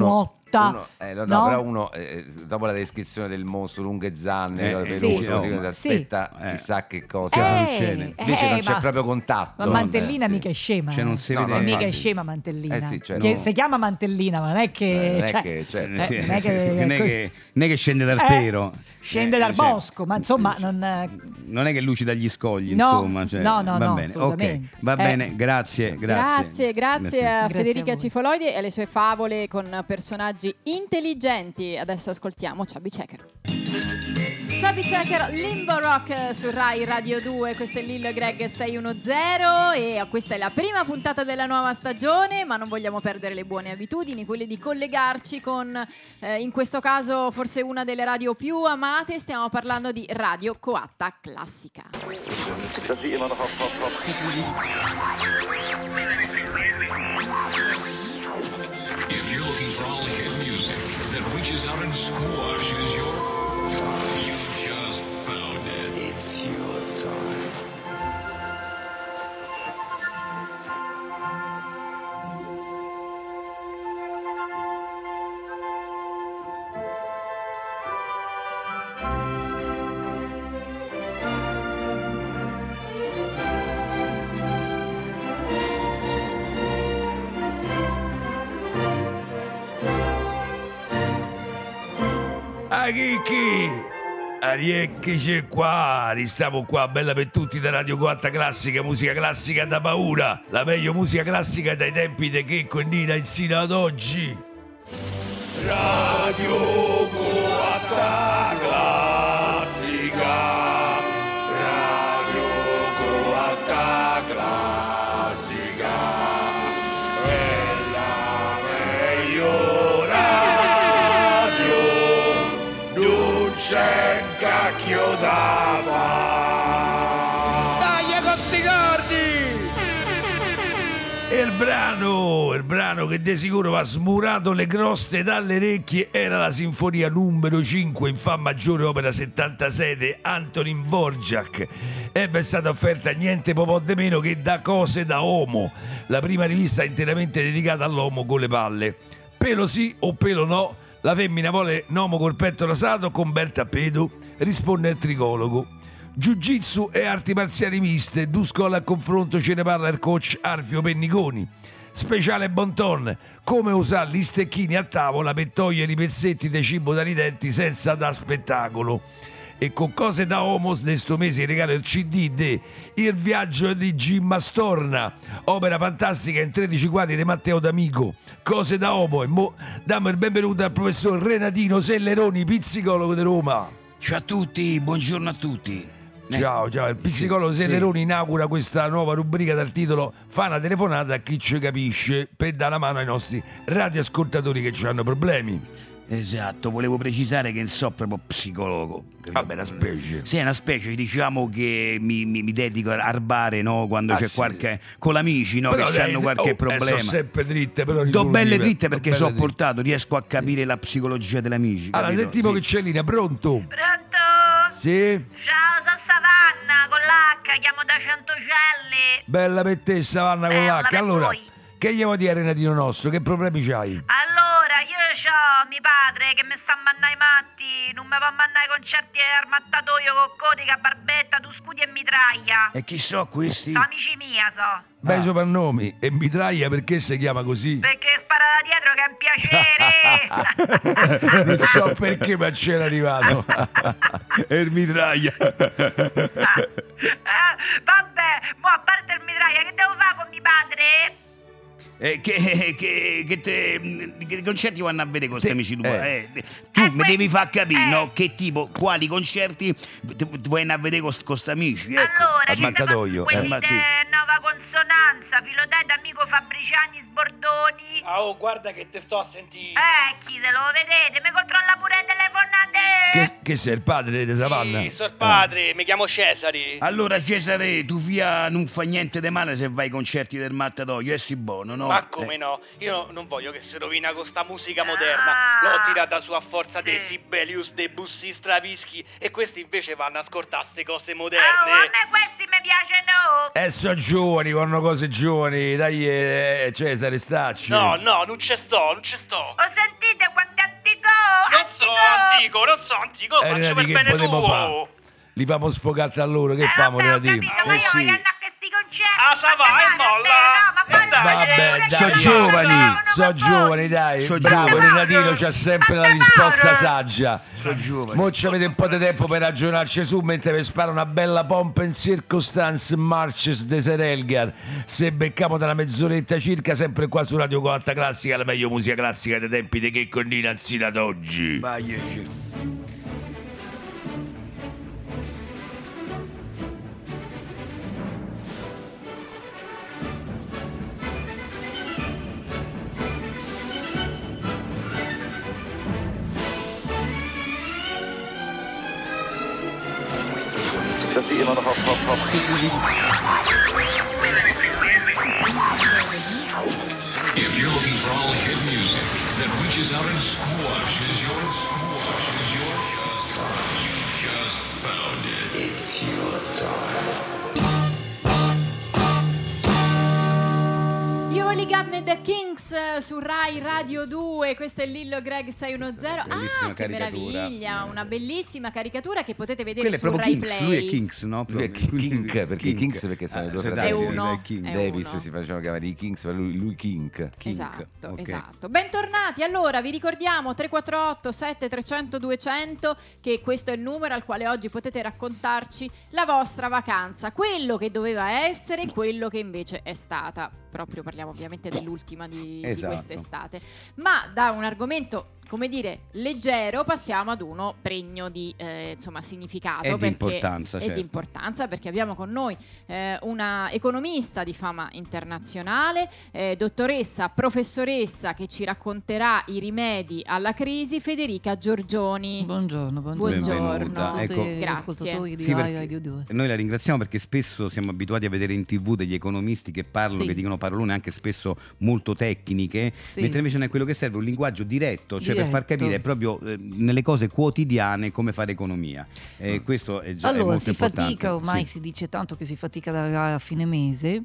ingenuotta.
uno- eh, no, no,
no?
però uno eh, dopo la descrizione del mostro, lunghe zanne,
Eh,
eh,
sì.
peluso,
Sì.
così,
Oh, ma-
aspetta,
sì.
chissà che cosa.
cosa
Eh,
succede.
Invece non c'è
ma-
proprio contatto.
Ma
No,
Mantellina
beh, sì.
mica è scema.
Cioè, non si
eh.
vede-
Ma mica è
infatti.
scema Mantellina.
Eh sì, cioè,
Che
no.
Si chiama Mantellina, ma non è
Eh,
che...
non è
cioè,
che, cioè,
eh,
Eh, sì,
non è che-
non è che- non è che scende dal
Eh,
pero.
Scende
Eh,
dal
cioè,
bosco, ma insomma non... eh,
non è che lucida gli scogli,
No,
insomma. cioè,
no, no,
va
no,
bene. ok,
assolutamente.
va
Eh.
bene, grazie, grazie.
Grazie, grazie
Grazie.
a
Grazie
Federica
a voi.
Cifoloide e alle sue favole con personaggi intelligenti. Adesso ascoltiamo Chubby Checker. Chubby Checker, Limbo Rock eh, su Rai Radio 2, questo è Lillo e Greg 610 e questa è la prima puntata della nuova stagione, ma non vogliamo perdere le buone abitudini, quelle di collegarci con, eh, in questo caso, forse una delle radio più amate, stiamo parlando di Radio Coatta Classica.
Ah, Chicchi! Ah, rieccoci qua, ristavo qua, bella per tutti da Radio 4 Classica, musica classica da paura, la meglio musica classica dai tempi di Checco e Nina insino ad oggi. Radio Coatta Classica, Radio Coatta Classica, è la meglio radio non c'è un cacchio da Dai con sti E il brano, il brano che di sicuro va smurato le croste dalle orecchie era la sinfonia numero 5 in Fa maggiore opera 77 Antonin Vorjak e vi è stata offerta niente po' di meno che Da cose da Homo, la prima rivista interamente dedicata all'uomo con le palle. Pelo sì o pelo no, la femmina vuole nomo col petto rasato con Berta Pedu, risponde il tricologo. Jiu-Jitsu e arti marziali miste, due scuole a confronto ce ne parla il coach Arvio Penniconi. Speciale Bonton, come usare gli stecchini a tavola per togliere i pezzetti di cibo dai denti senza da spettacolo. E con cose da Homos di sto mese regalo il CD de Il viaggio di Jim Mastorna, opera fantastica in 13 quadri di Matteo D'Amico. Cose da Homo e mo dammo il benvenuto al professor Renatino Selleroni, pizzicologo di Roma. Eh.
Ciao a tutti, buongiorno a tutti. Ecco.
Ciao, ciao, il pizzicologo
Sì, sì.
Selleroni inaugura questa nuova rubrica dal titolo Fa una telefonata a chi ci capisce per dare la mano ai nostri radioascoltatori che ci hanno problemi.
Esatto, volevo precisare che non so proprio psicologo. capito?
Vabbè, una specie.
Sì, è una specie, diciamo che mi, mi- mi dedico al bare, no? Quando
Ah,
c'è
sì.
qualche. con l'amici, no?
Però
che
dai,
hanno qualche
oh, eh,
problema.
sono sempre dritte, però
Do
risolve-
belle dritte perché
do
so
belle dritte.
portato, riesco a capire la psicologia dell'amici.
Allora,
capito?
sentiamo
Sì.
che c'è linea, pronto?
Pronto?
Sì?
Ciao, sono Savanna con l'H, chiamo da Centocelli.
Bella per te, Savanna
Eh,
con
Bella
l'H.
per
Allora,
voi.
che gli vuoi dire, Renatino nostro? Che problemi c'hai?
Allora, io ho mio padre che mi sta a mannare i matti, non mi va a mannare i concerti al mattatoio con codica, barbetta, tu scudi e mitraglia.
E chi so questi? Ah.
Sono amici mia, so.
Bei soprannomi e mitraglia perché si chiama così?
Perché spara da dietro che è un piacere.
non so perché, ma c'era arrivato.
E il mitraglia.
Ah,
Eh, Vabbè, mo a parte il mitraglia, che devo fare con mio padre?
Eh, che, che, che, te- mm, che concerti vanno a vedere con questi
Te-
amici tuoi?
eh.
Eh, tu
Eh,
mi
que-
devi far capire,
eh.
no? Che tipo, quali concerti ti ti vuoi andare a vedere con questi amici? Ecco.
allora, che
al
te
mattatoio,
fa- quelli
eh, ma
de-
sì.
Nova Consonanza, Filodeta, Amico Fabriciani, Sbordoni.
Ah, oh, guarda che te sto a sentire.
Eh, chi te lo vedete? Mi controlla pure le telefonate.
che, che sei il padre di Savanna?
Sì, Eh. sor padre, mi chiamo Cesare.
Allora Cesare, tu via non fa niente di male se vai ai concerti del mattatoio, e si buono, no?
Ma come
Eh,
no? Io non voglio che si rovina con sta musica moderna.
Ah.
L'ho tirata su a forza dei
Sì.
Sibelius, dei Bussi Stravischi e questi invece vanno a scortarsi cose
Oh, a
moderne.
me questi mi piacciono.
Eh, sono giovani, vanno cose giovani, dai, eh, Cesare, stacci.
No, no, non ci sto, non ci sto.
Ho sentito quanto è antico.
Non so antico, non so antico,
Eh,
faccio
Renati,
per
che
bene
potremmo
tuo.
fare? Li famo sfogare a loro, che
Eh,
famo,
vabbè, ho
Renati?
capito, ma
Eh,
io
sì.
voglio andare a questi concerti.
Ah, sa va,
Ma
e molla.
no, ma
Eh,
poi
dai,
voglio vedere pure
Vabbè, dai,
quelli
so
che
giovani,
lavorano
so
con
giovani,
voi.
dai.
So
Bravo,
giovani.
Renatino, c'ha sempre la risposta
Mauro.
saggia.
Sono giovane.
Mo ci avete un po' di tempo per ragionarci su mentre vi spara una bella pompa in circostanze Marches de Serelgar. Se becchiamo da una mezz'oretta circa, sempre qua su Radio Coatta Classica, la meglio musica classica dei tempi di che Nina Anzina d'oggi.
Vai, Cesare.
You Only Got Me The Kings eh, su Rai Radio 2, questo è Lillo Greg 610. Ah,
Bellissima
che
caricatura.
meraviglia, una bellissima caricatura che potete vedere
Quello è
su
proprio
Rai
Kinks,
Play.
lui è Kinks, no?
Lui è Ki- Kink, perché i Kinks perché sono i due
Eh, se
fratelli.
dai,
È uno,
dai, Kink.
è
Davis
uno.
si facevano chiamare i Kings, ma lui, lui King.
Esatto,
ok.
esatto. Bentornati, allora vi ricordiamo 348 7300 200 che questo è il numero al quale oggi potete raccontarci la vostra vacanza, quello che doveva essere, quello che invece è stata. Proprio parliamo ovviamente dell'ultima di, di
Esatto.
quest'estate. Ma da un argomento come dire, leggero, passiamo ad uno pregno di eh, insomma, significato
E di
perché-
importanza,
e di
certo.
importanza perché abbiamo con noi eh, una economista di fama internazionale, eh, dottoressa, professoressa che ci racconterà i rimedi alla crisi, Federica Giorgioni.
Buongiorno, buongiorno.
Benvenuta,
a tutti
ecco.
gli
Grazie.
ascoltatori di
Sì, perché-
Radio 2.
Noi la ringraziamo perché spesso siamo abituati a vedere in tv degli economisti che parlano,
Sì.
che dicono parolone anche spesso molto tecniche,
Sì.
mentre invece non è quello che serve, un linguaggio diretto, cioè per far
Diretto.
capire proprio eh, nelle cose quotidiane come fare economia. Eh, questo è già è
Ah. Allora,
molto
si
importante.
fatica, ormai
Sì.
si dice tanto che si fatica ad arrivare a fine mese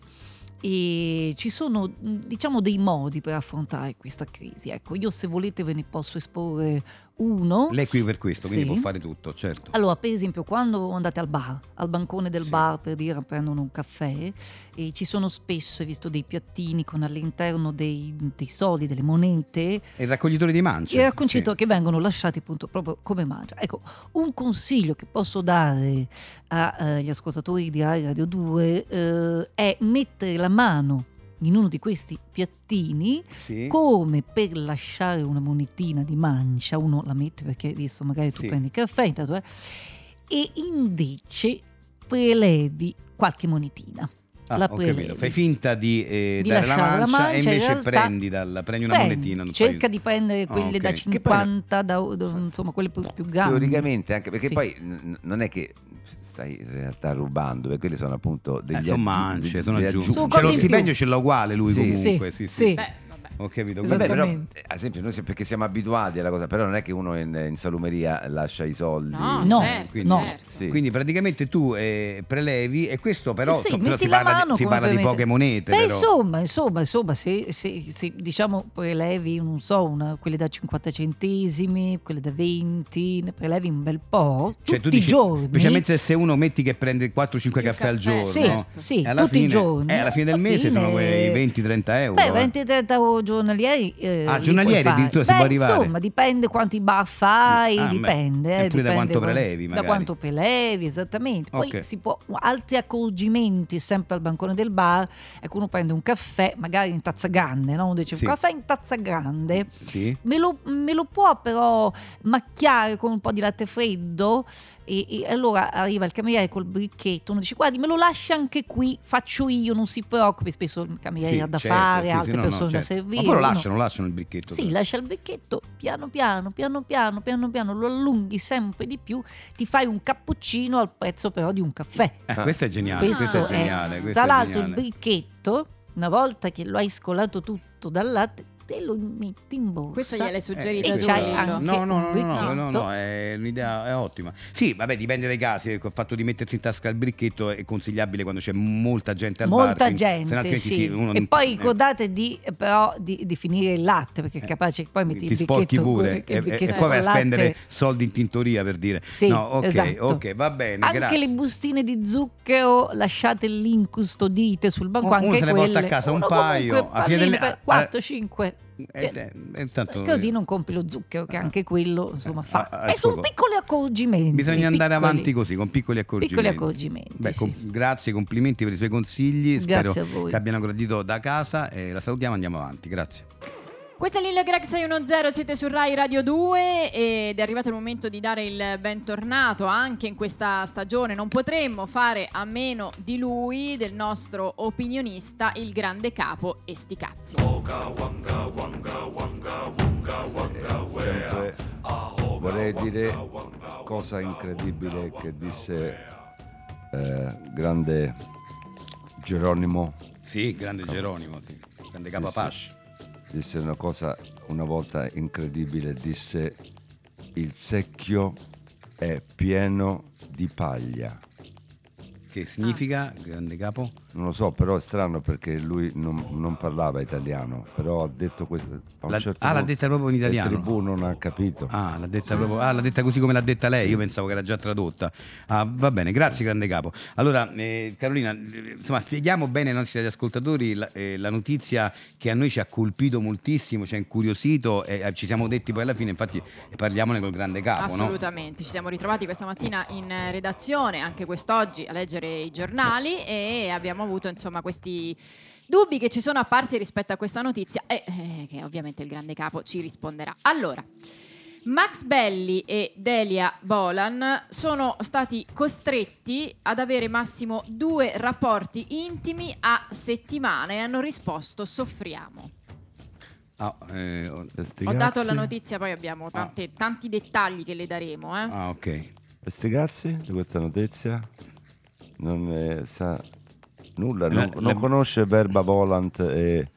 e ci sono mh, diciamo dei modi per affrontare questa crisi. Ecco, io se volete ve ne posso esporre uno.
Lei è qui per questo, quindi
Sì.
può fare tutto, certo.
Allora, per esempio, quando andate al bar, al bancone del bar per dire prendono un caffè, e ci sono spesso, hai visto, dei piattini con all'interno dei, dei soldi, delle monete,
È il raccoglitore di mance.
e racconcito che vengono lasciati appunto proprio come mangia. Ecco, un consiglio che posso dare agli ascoltatori di Rai Radio 2 eh, è mettere la mano in uno di questi piattini
Sì.
come per lasciare una monetina di mancia, uno la mette perché visto magari tu
Sì.
prendi il caffè intanto, eh, e invece prelevi qualche monetina.
Ah,
la
ho capito.
prelevi.
Fai finta di, eh,
Di
dare la
lasciare
mancia,
la mancia,
e
in
invece
realtà
prendi, dalla- prendi una
Prendi,
monetina. un
cerca
paio-
di prendere
Ah,
quelle da
ok. Che poi-
50, da- da- insomma quelle più, più grandi.
Teoricamente anche perché
Sì.
poi n- non è che stai in realtà rubando, perché quelli sono appunto
Eh,
degli
sono
aggi-
mance,
degli
sono aggiunte.
aggiunti.
Sono
Cioè,
cose
lo
in più.
stipendio ce l'ha uguale lui
Sì.
comunque.
Sì.
Sì, sì,
Beh,
sì.
vabbè.
Ho capito.
Vabbè, però, eh,
Esattamente.
ad esempio, noi se- perché siamo abituati alla cosa, però non è che uno in, in salumeria lascia i soldi.
No,
No,
certo,
quindi-
no.
certo.
Sì.
Quindi praticamente tu eh, prelevi e questo però,
sì,
so- però
metti
si
la
parla,
mano
di, si
come
parla di
per
poche
mettere-
monete.
Beh,
però.
insomma, insomma, insomma, se, se- se, diciamo prelevi, non so, una- quelle da 50 centesimi, quelle da 20, ne prelevi un bel po'
Cioè, tu
tutti
dici-
i giorni.
Specialmente se uno metti che prende 4-5 caffè,
caffè,
al giorno.
Sì,
no?
sì,
E alla
tutti i
fine-
giorni.
eh, alla fine del
Alla
mese sono
fine-
quei 20-30 euro.
Beh,
eh.
20-30 euro giornalieri. eh,
Ah,
li puoi
giornalieri
fare.
addirittura si
Beh,
può arrivare.
Insomma, dipende quanti bar fai,
Ah, beh,
dipende. eh,
e pure da
dipende
quanto
qua-
prelevi,
Da
magari.
quanto prelevi, esattamente. Poi
Ok.
si può, altri accorgimenti sempre al bancone del bar. Ecco, uno prende un caffè, magari in tazza grande, no? Uno dice
Sì.
un caffè in tazza grande.
Sì.
Me lo, me lo può però macchiare con un po' di latte freddo? E, e allora arriva il cameriere col bricchetto, uno dice guardi me lo lascia anche qui, faccio io, non si preoccupi, spesso il cameriere
Sì,
ha da
certo,
fare,
sì, sì,
altre
no, no,
persone da
certo.
servire.
Ma poi lo
uno-
lasciano, lasciano il bricchetto.
Sì,
però.
lascia il bricchetto piano piano, piano piano, piano piano, lo allunghi sempre di più, ti fai un cappuccino al prezzo però di un caffè.
Eh, questo è geniale, questo,
Questo
è
è-
geniale. questo
Tra
è
l'altro il
geniale.
bricchetto, una volta che lo hai scolato tutto dal latte, te lo metti in borsa.
Questo gliel'hai suggerito
Eh,
a
e
Giulio.
c'hai anche-
no, no, no, no, no,
un
no,
bricchetto.
no, è un'idea è ottima. Sì, vabbè, dipende dai casi. Ecco, Il fatto di mettersi in tasca il bricchetto è consigliabile quando c'è molta gente al
Molta
bar. quindi- se no
gente,
altrimenti
sì.
sì, uno
e
non-
poi
eh,
ricordate di, però di, di finire il latte, perché è capace che poi metti
ti
il
sporchi
bicchetto
pure eh,
con- il
e, e- e
bicchetto
poi vai a
col latte.
spendere soldi in tintoria per dire
Sì,
no ok
esatto.
ok va bene
Anche
grazie
le bustine di zucchero lasciate lì incustodite sul banco.
Uno
anche
se ne porta
quelle.
a casa un
Uno
paio,
comunque
a fine
fa lì
del-
per
a-
4, 5.
Eh, eh, eh, tanto-
Così non compri lo zucchero, che anche quello
Ah,
insomma fa.
ah,
e sono
ecco.
piccoli accorgimenti.
Bisogna andare
piccoli.
avanti così, con piccoli accorgimenti.
Piccoli accorgimenti,
Beh,
sì.
com- grazie, complimenti per i suoi consigli.
Grazie
Spero
a voi.
che abbiano gradito da casa. e la salutiamo, andiamo avanti. Grazie.
Questa è Lille Greg 610, siete su Rai Radio 2 ed è arrivato il momento di dare il bentornato anche in questa stagione. Non potremmo fare a meno di lui, del nostro opinionista, il grande capo Esticazzi.
Sempre vorrei dire cosa incredibile che disse eh, grande Geronimo
Sì, grande Geronimo, grande
Capapasci. disse una cosa una volta incredibile disse il secchio è pieno di paglia
Che significa
Ah.
grande capo?
non lo so però è strano perché lui non, non parlava italiano però ha detto questo a un
La-
certo
ah, l'ha
punto
detta proprio in italiano?
il tribù non ha capito
Ah, l'ha detta proprio. Ah, l'ha detta così come l'ha detta lei. Io pensavo che era già tradotta. Ah, va bene, grazie, grande capo. Allora, eh, Carolina, eh, insomma, spieghiamo bene ai nostri ascoltatori la, eh, la notizia che a noi ci ha colpito moltissimo, ci ha incuriosito e eh, ci siamo detti poi alla fine, infatti, eh, parliamone col grande capo. no?
Assolutamente, ci siamo ritrovati questa mattina in eh, redazione, anche quest'oggi a leggere i giornali e abbiamo avuto insomma questi dubbi che ci sono apparsi rispetto a questa notizia e eh, che ovviamente il grande capo ci risponderà. Allora, Max Belli e Delia Bolan sono stati costretti ad avere massimo due rapporti intimi a settimana e hanno risposto soffriamo.
Ah, eh, ho-
Sti
Ho dato la
cazzi?
notizia, poi abbiamo tante- tanti dettagli che le daremo. Eh.
ah, ok.
Questi cazzi di questa notizia non ne sa nulla,
La-
non,
la-
non conosce Verba Volant e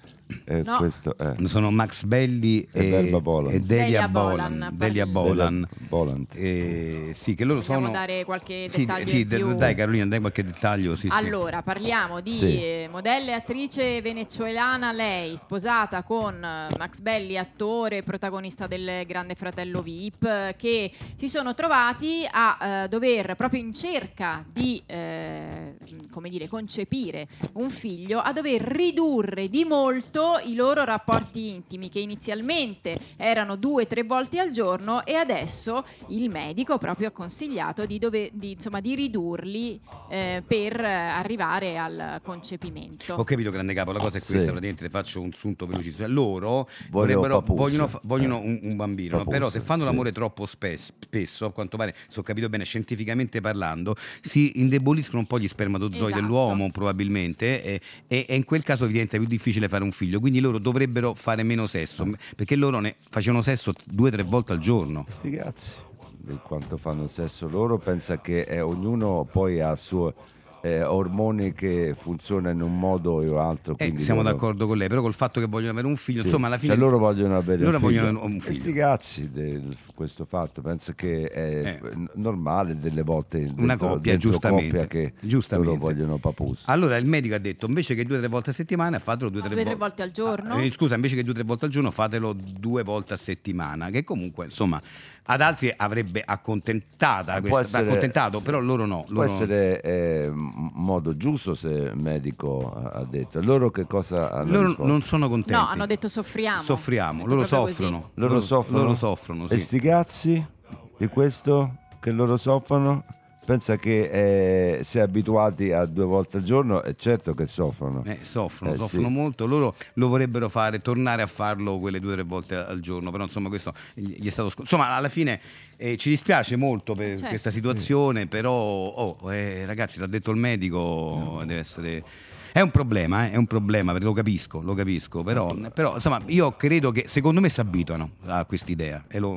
Eh,
No.
Questo è.
Sono Max Belli
E
e,
Delia Boland.
e Eh, Delia
Delia Boland,
Boland.
pardon.
Delia Boland.
Delia Boland.
Eh, sì, che loro
Vogliamo
sono...
dare qualche
Sì,
dettaglio
sì,
in
de-
più?
dai Carolina, dai qualche dettaglio. Sì, sì.
Allora, parliamo di
Sì.
eh, modella e attrice venezuelana lei, sposata con eh, Max Belli, attore, protagonista del Grande Fratello VIP, eh, che si sono trovati a eh, dover, proprio in cerca di, eh, come dire, concepire un figlio, a dover ridurre di molto i loro rapporti intimi, che inizialmente erano due o tre volte al giorno e adesso il medico proprio ha consigliato di, dove- di, insomma, di ridurli eh, per eh, arrivare al concepimento.
Ho capito, grande capo, la cosa è
Sì.
questa, praticamente te faccio un sunto velocissimo. Cioè, Loro
Voglio
vorrebbero-
papuse.
vogliono, fa- vogliono
Eh.
un, un bambino, no?
Papuse,
però se fanno
sì.
l'amore troppo spe- spesso, a quanto pare, se ho capito bene, scientificamente parlando, si indeboliscono un po' gli spermatozoi
Esatto.
dell'uomo probabilmente e, e- e in quel caso diventa più difficile fare un figlio, quindi loro dovrebbero fare meno sesso,
Eh.
m- perché loro ne facevano sesso t- due o tre volte al giorno.
Sti cazzi. Per quanto fanno sesso loro, pensa che eh, ognuno poi ha suo eh, ormoni che funziona in un modo o altro.
Eh,
quindi
siamo
loro-
d'accordo con lei, però col fatto che vogliono avere un figlio,
Sì.
insomma alla fine...
Cioè, loro vogliono avere
loro
un figlio.
vogliono un
E
figlio.
sti cazzi del- questo fatto, penso che è
Eh.
n- normale delle volte dentro-
una coppia,
dentro
giustamente,
coppia che
giustamente.
loro vogliono papusa.
Allora il medico ha detto invece che due o tre volte a settimana fatelo due o tre,
Due o tre
vo-
volte al giorno?
Ah, eh, scusa, invece che due o tre volte al giorno fatelo due volte a settimana, che comunque insomma ad altri avrebbe accontentata
Eh, Può
questa,
essere-
accontentato,
sì.
però loro no.
Può
loro no.
essere eh, m- modo giusto se il medico ha ha detto. Loro che cosa hanno
Loro
risposto?
non sono contenti.
No, hanno detto soffriamo.
Soffriamo,
Hanno detto
loro
proprio così.
soffrono.
Loro, soffrono.
Loro soffrono, sì.
E sti cazzi di questo che loro soffrono? Pensa che eh, se abituati a due volte al giorno è certo che soffrono.
Eh, soffrono,
Eh,
soffrono
sì.
molto, loro lo vorrebbero fare, tornare a farlo quelle due o tre volte al giorno, però insomma questo gli gli è stato... sc- Insomma alla fine eh, ci dispiace molto per
Certo.
questa situazione, però oh, eh, ragazzi l'ha detto il medico,
Mm.
deve essere... È un problema, eh, è un problema, perché lo capisco, lo capisco, però, però, insomma io credo che secondo me si abituano a quest'idea. E
Ah,
lo,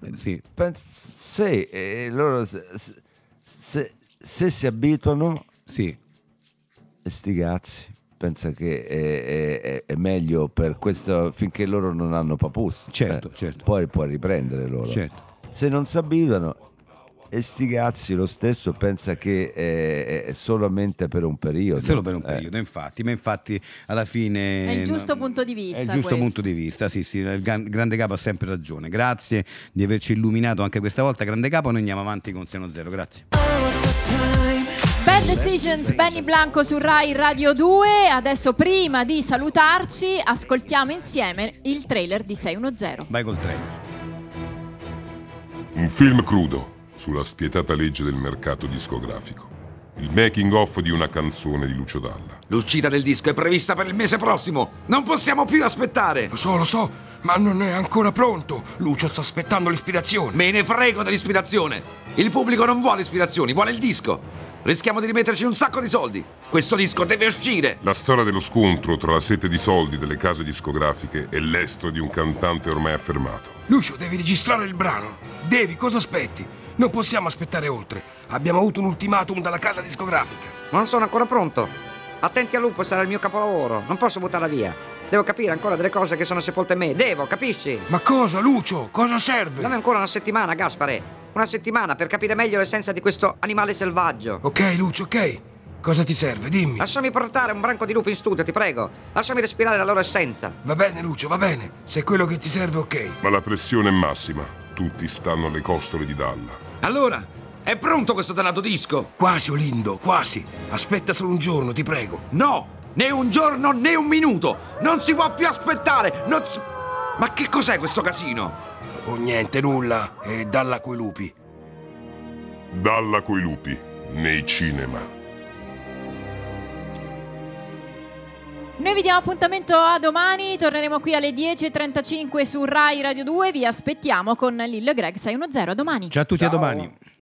eh, sì.
Pens- sì, eh, loro se, se- se- se si abituano,
Sì,
eh, sti cazzi. Pensa che è, è- è meglio per questo finché loro non hanno papus.
Certo,
Eh,
certo.
Poi puoi riprendere loro.
certo.
se non si abituano e sti cazzi lo stesso pensa che è, è solamente per un periodo
Solo per un
Eh,
periodo, infatti, ma infatti alla fine...
È il giusto
no,
punto di vista
È il giusto
questo.
punto di vista, sì, sì, il gran- grande capo ha sempre ragione. Grazie di averci illuminato anche questa volta, grande capo, noi andiamo avanti con Seno Zero, grazie.
Bad Decisions, Benny Blanco su Rai Radio 2. Adesso prima di salutarci ascoltiamo insieme il trailer di 610.
Vai col trailer.
Un film crudo sulla spietata legge del mercato discografico. Il making off di una canzone di Lucio Dalla.
L'uscita del disco è prevista per il mese prossimo. Non possiamo più aspettare.
Lo so, lo so, ma non è ancora pronto. Lucio sta aspettando l'ispirazione.
Me ne frego dell'ispirazione. Il pubblico non vuole ispirazioni, vuole il disco. Rischiamo di rimetterci un sacco di soldi. Questo disco deve uscire.
La storia dello scontro tra la sete di soldi delle case discografiche e l'estro di un cantante ormai affermato.
Lucio, devi registrare il brano. Devi, cosa aspetti? Non possiamo aspettare oltre. Abbiamo avuto un ultimatum dalla casa discografica.
Ma non sono ancora pronto. Attenti al lupo sarà il mio capolavoro. Non posso buttarla via. Devo capire ancora delle cose che sono sepolte in me. Devo, capisci?
Ma cosa, Lucio? Cosa serve?
Dammi ancora una settimana, Gaspare. Una settimana per capire meglio l'essenza di questo animale selvaggio.
Ok, Lucio, ok. Cosa ti serve? Dimmi.
Lasciami portare un branco di lupi in studio, ti prego. Lasciami respirare la loro essenza.
Va bene, Lucio, va bene. Se è quello che ti serve, ok.
Ma la pressione è massima, tutti stanno alle costole di Dalla.
Allora, è pronto questo dannato disco?
Quasi, Olindo, quasi. Aspetta solo un giorno, ti prego.
No! Né un giorno né un minuto! Non si può più aspettare! Non si- Ma che cos'è questo casino?
O Oh, niente, nulla. E dalla coi lupi.
Dalla coi lupi, nei cinema.
Noi vi diamo appuntamento a domani, torneremo qui alle 10.35 su Rai Radio 2. Vi aspettiamo con Lillo e Greg 610 a domani.
Ciao a tutti, a domani.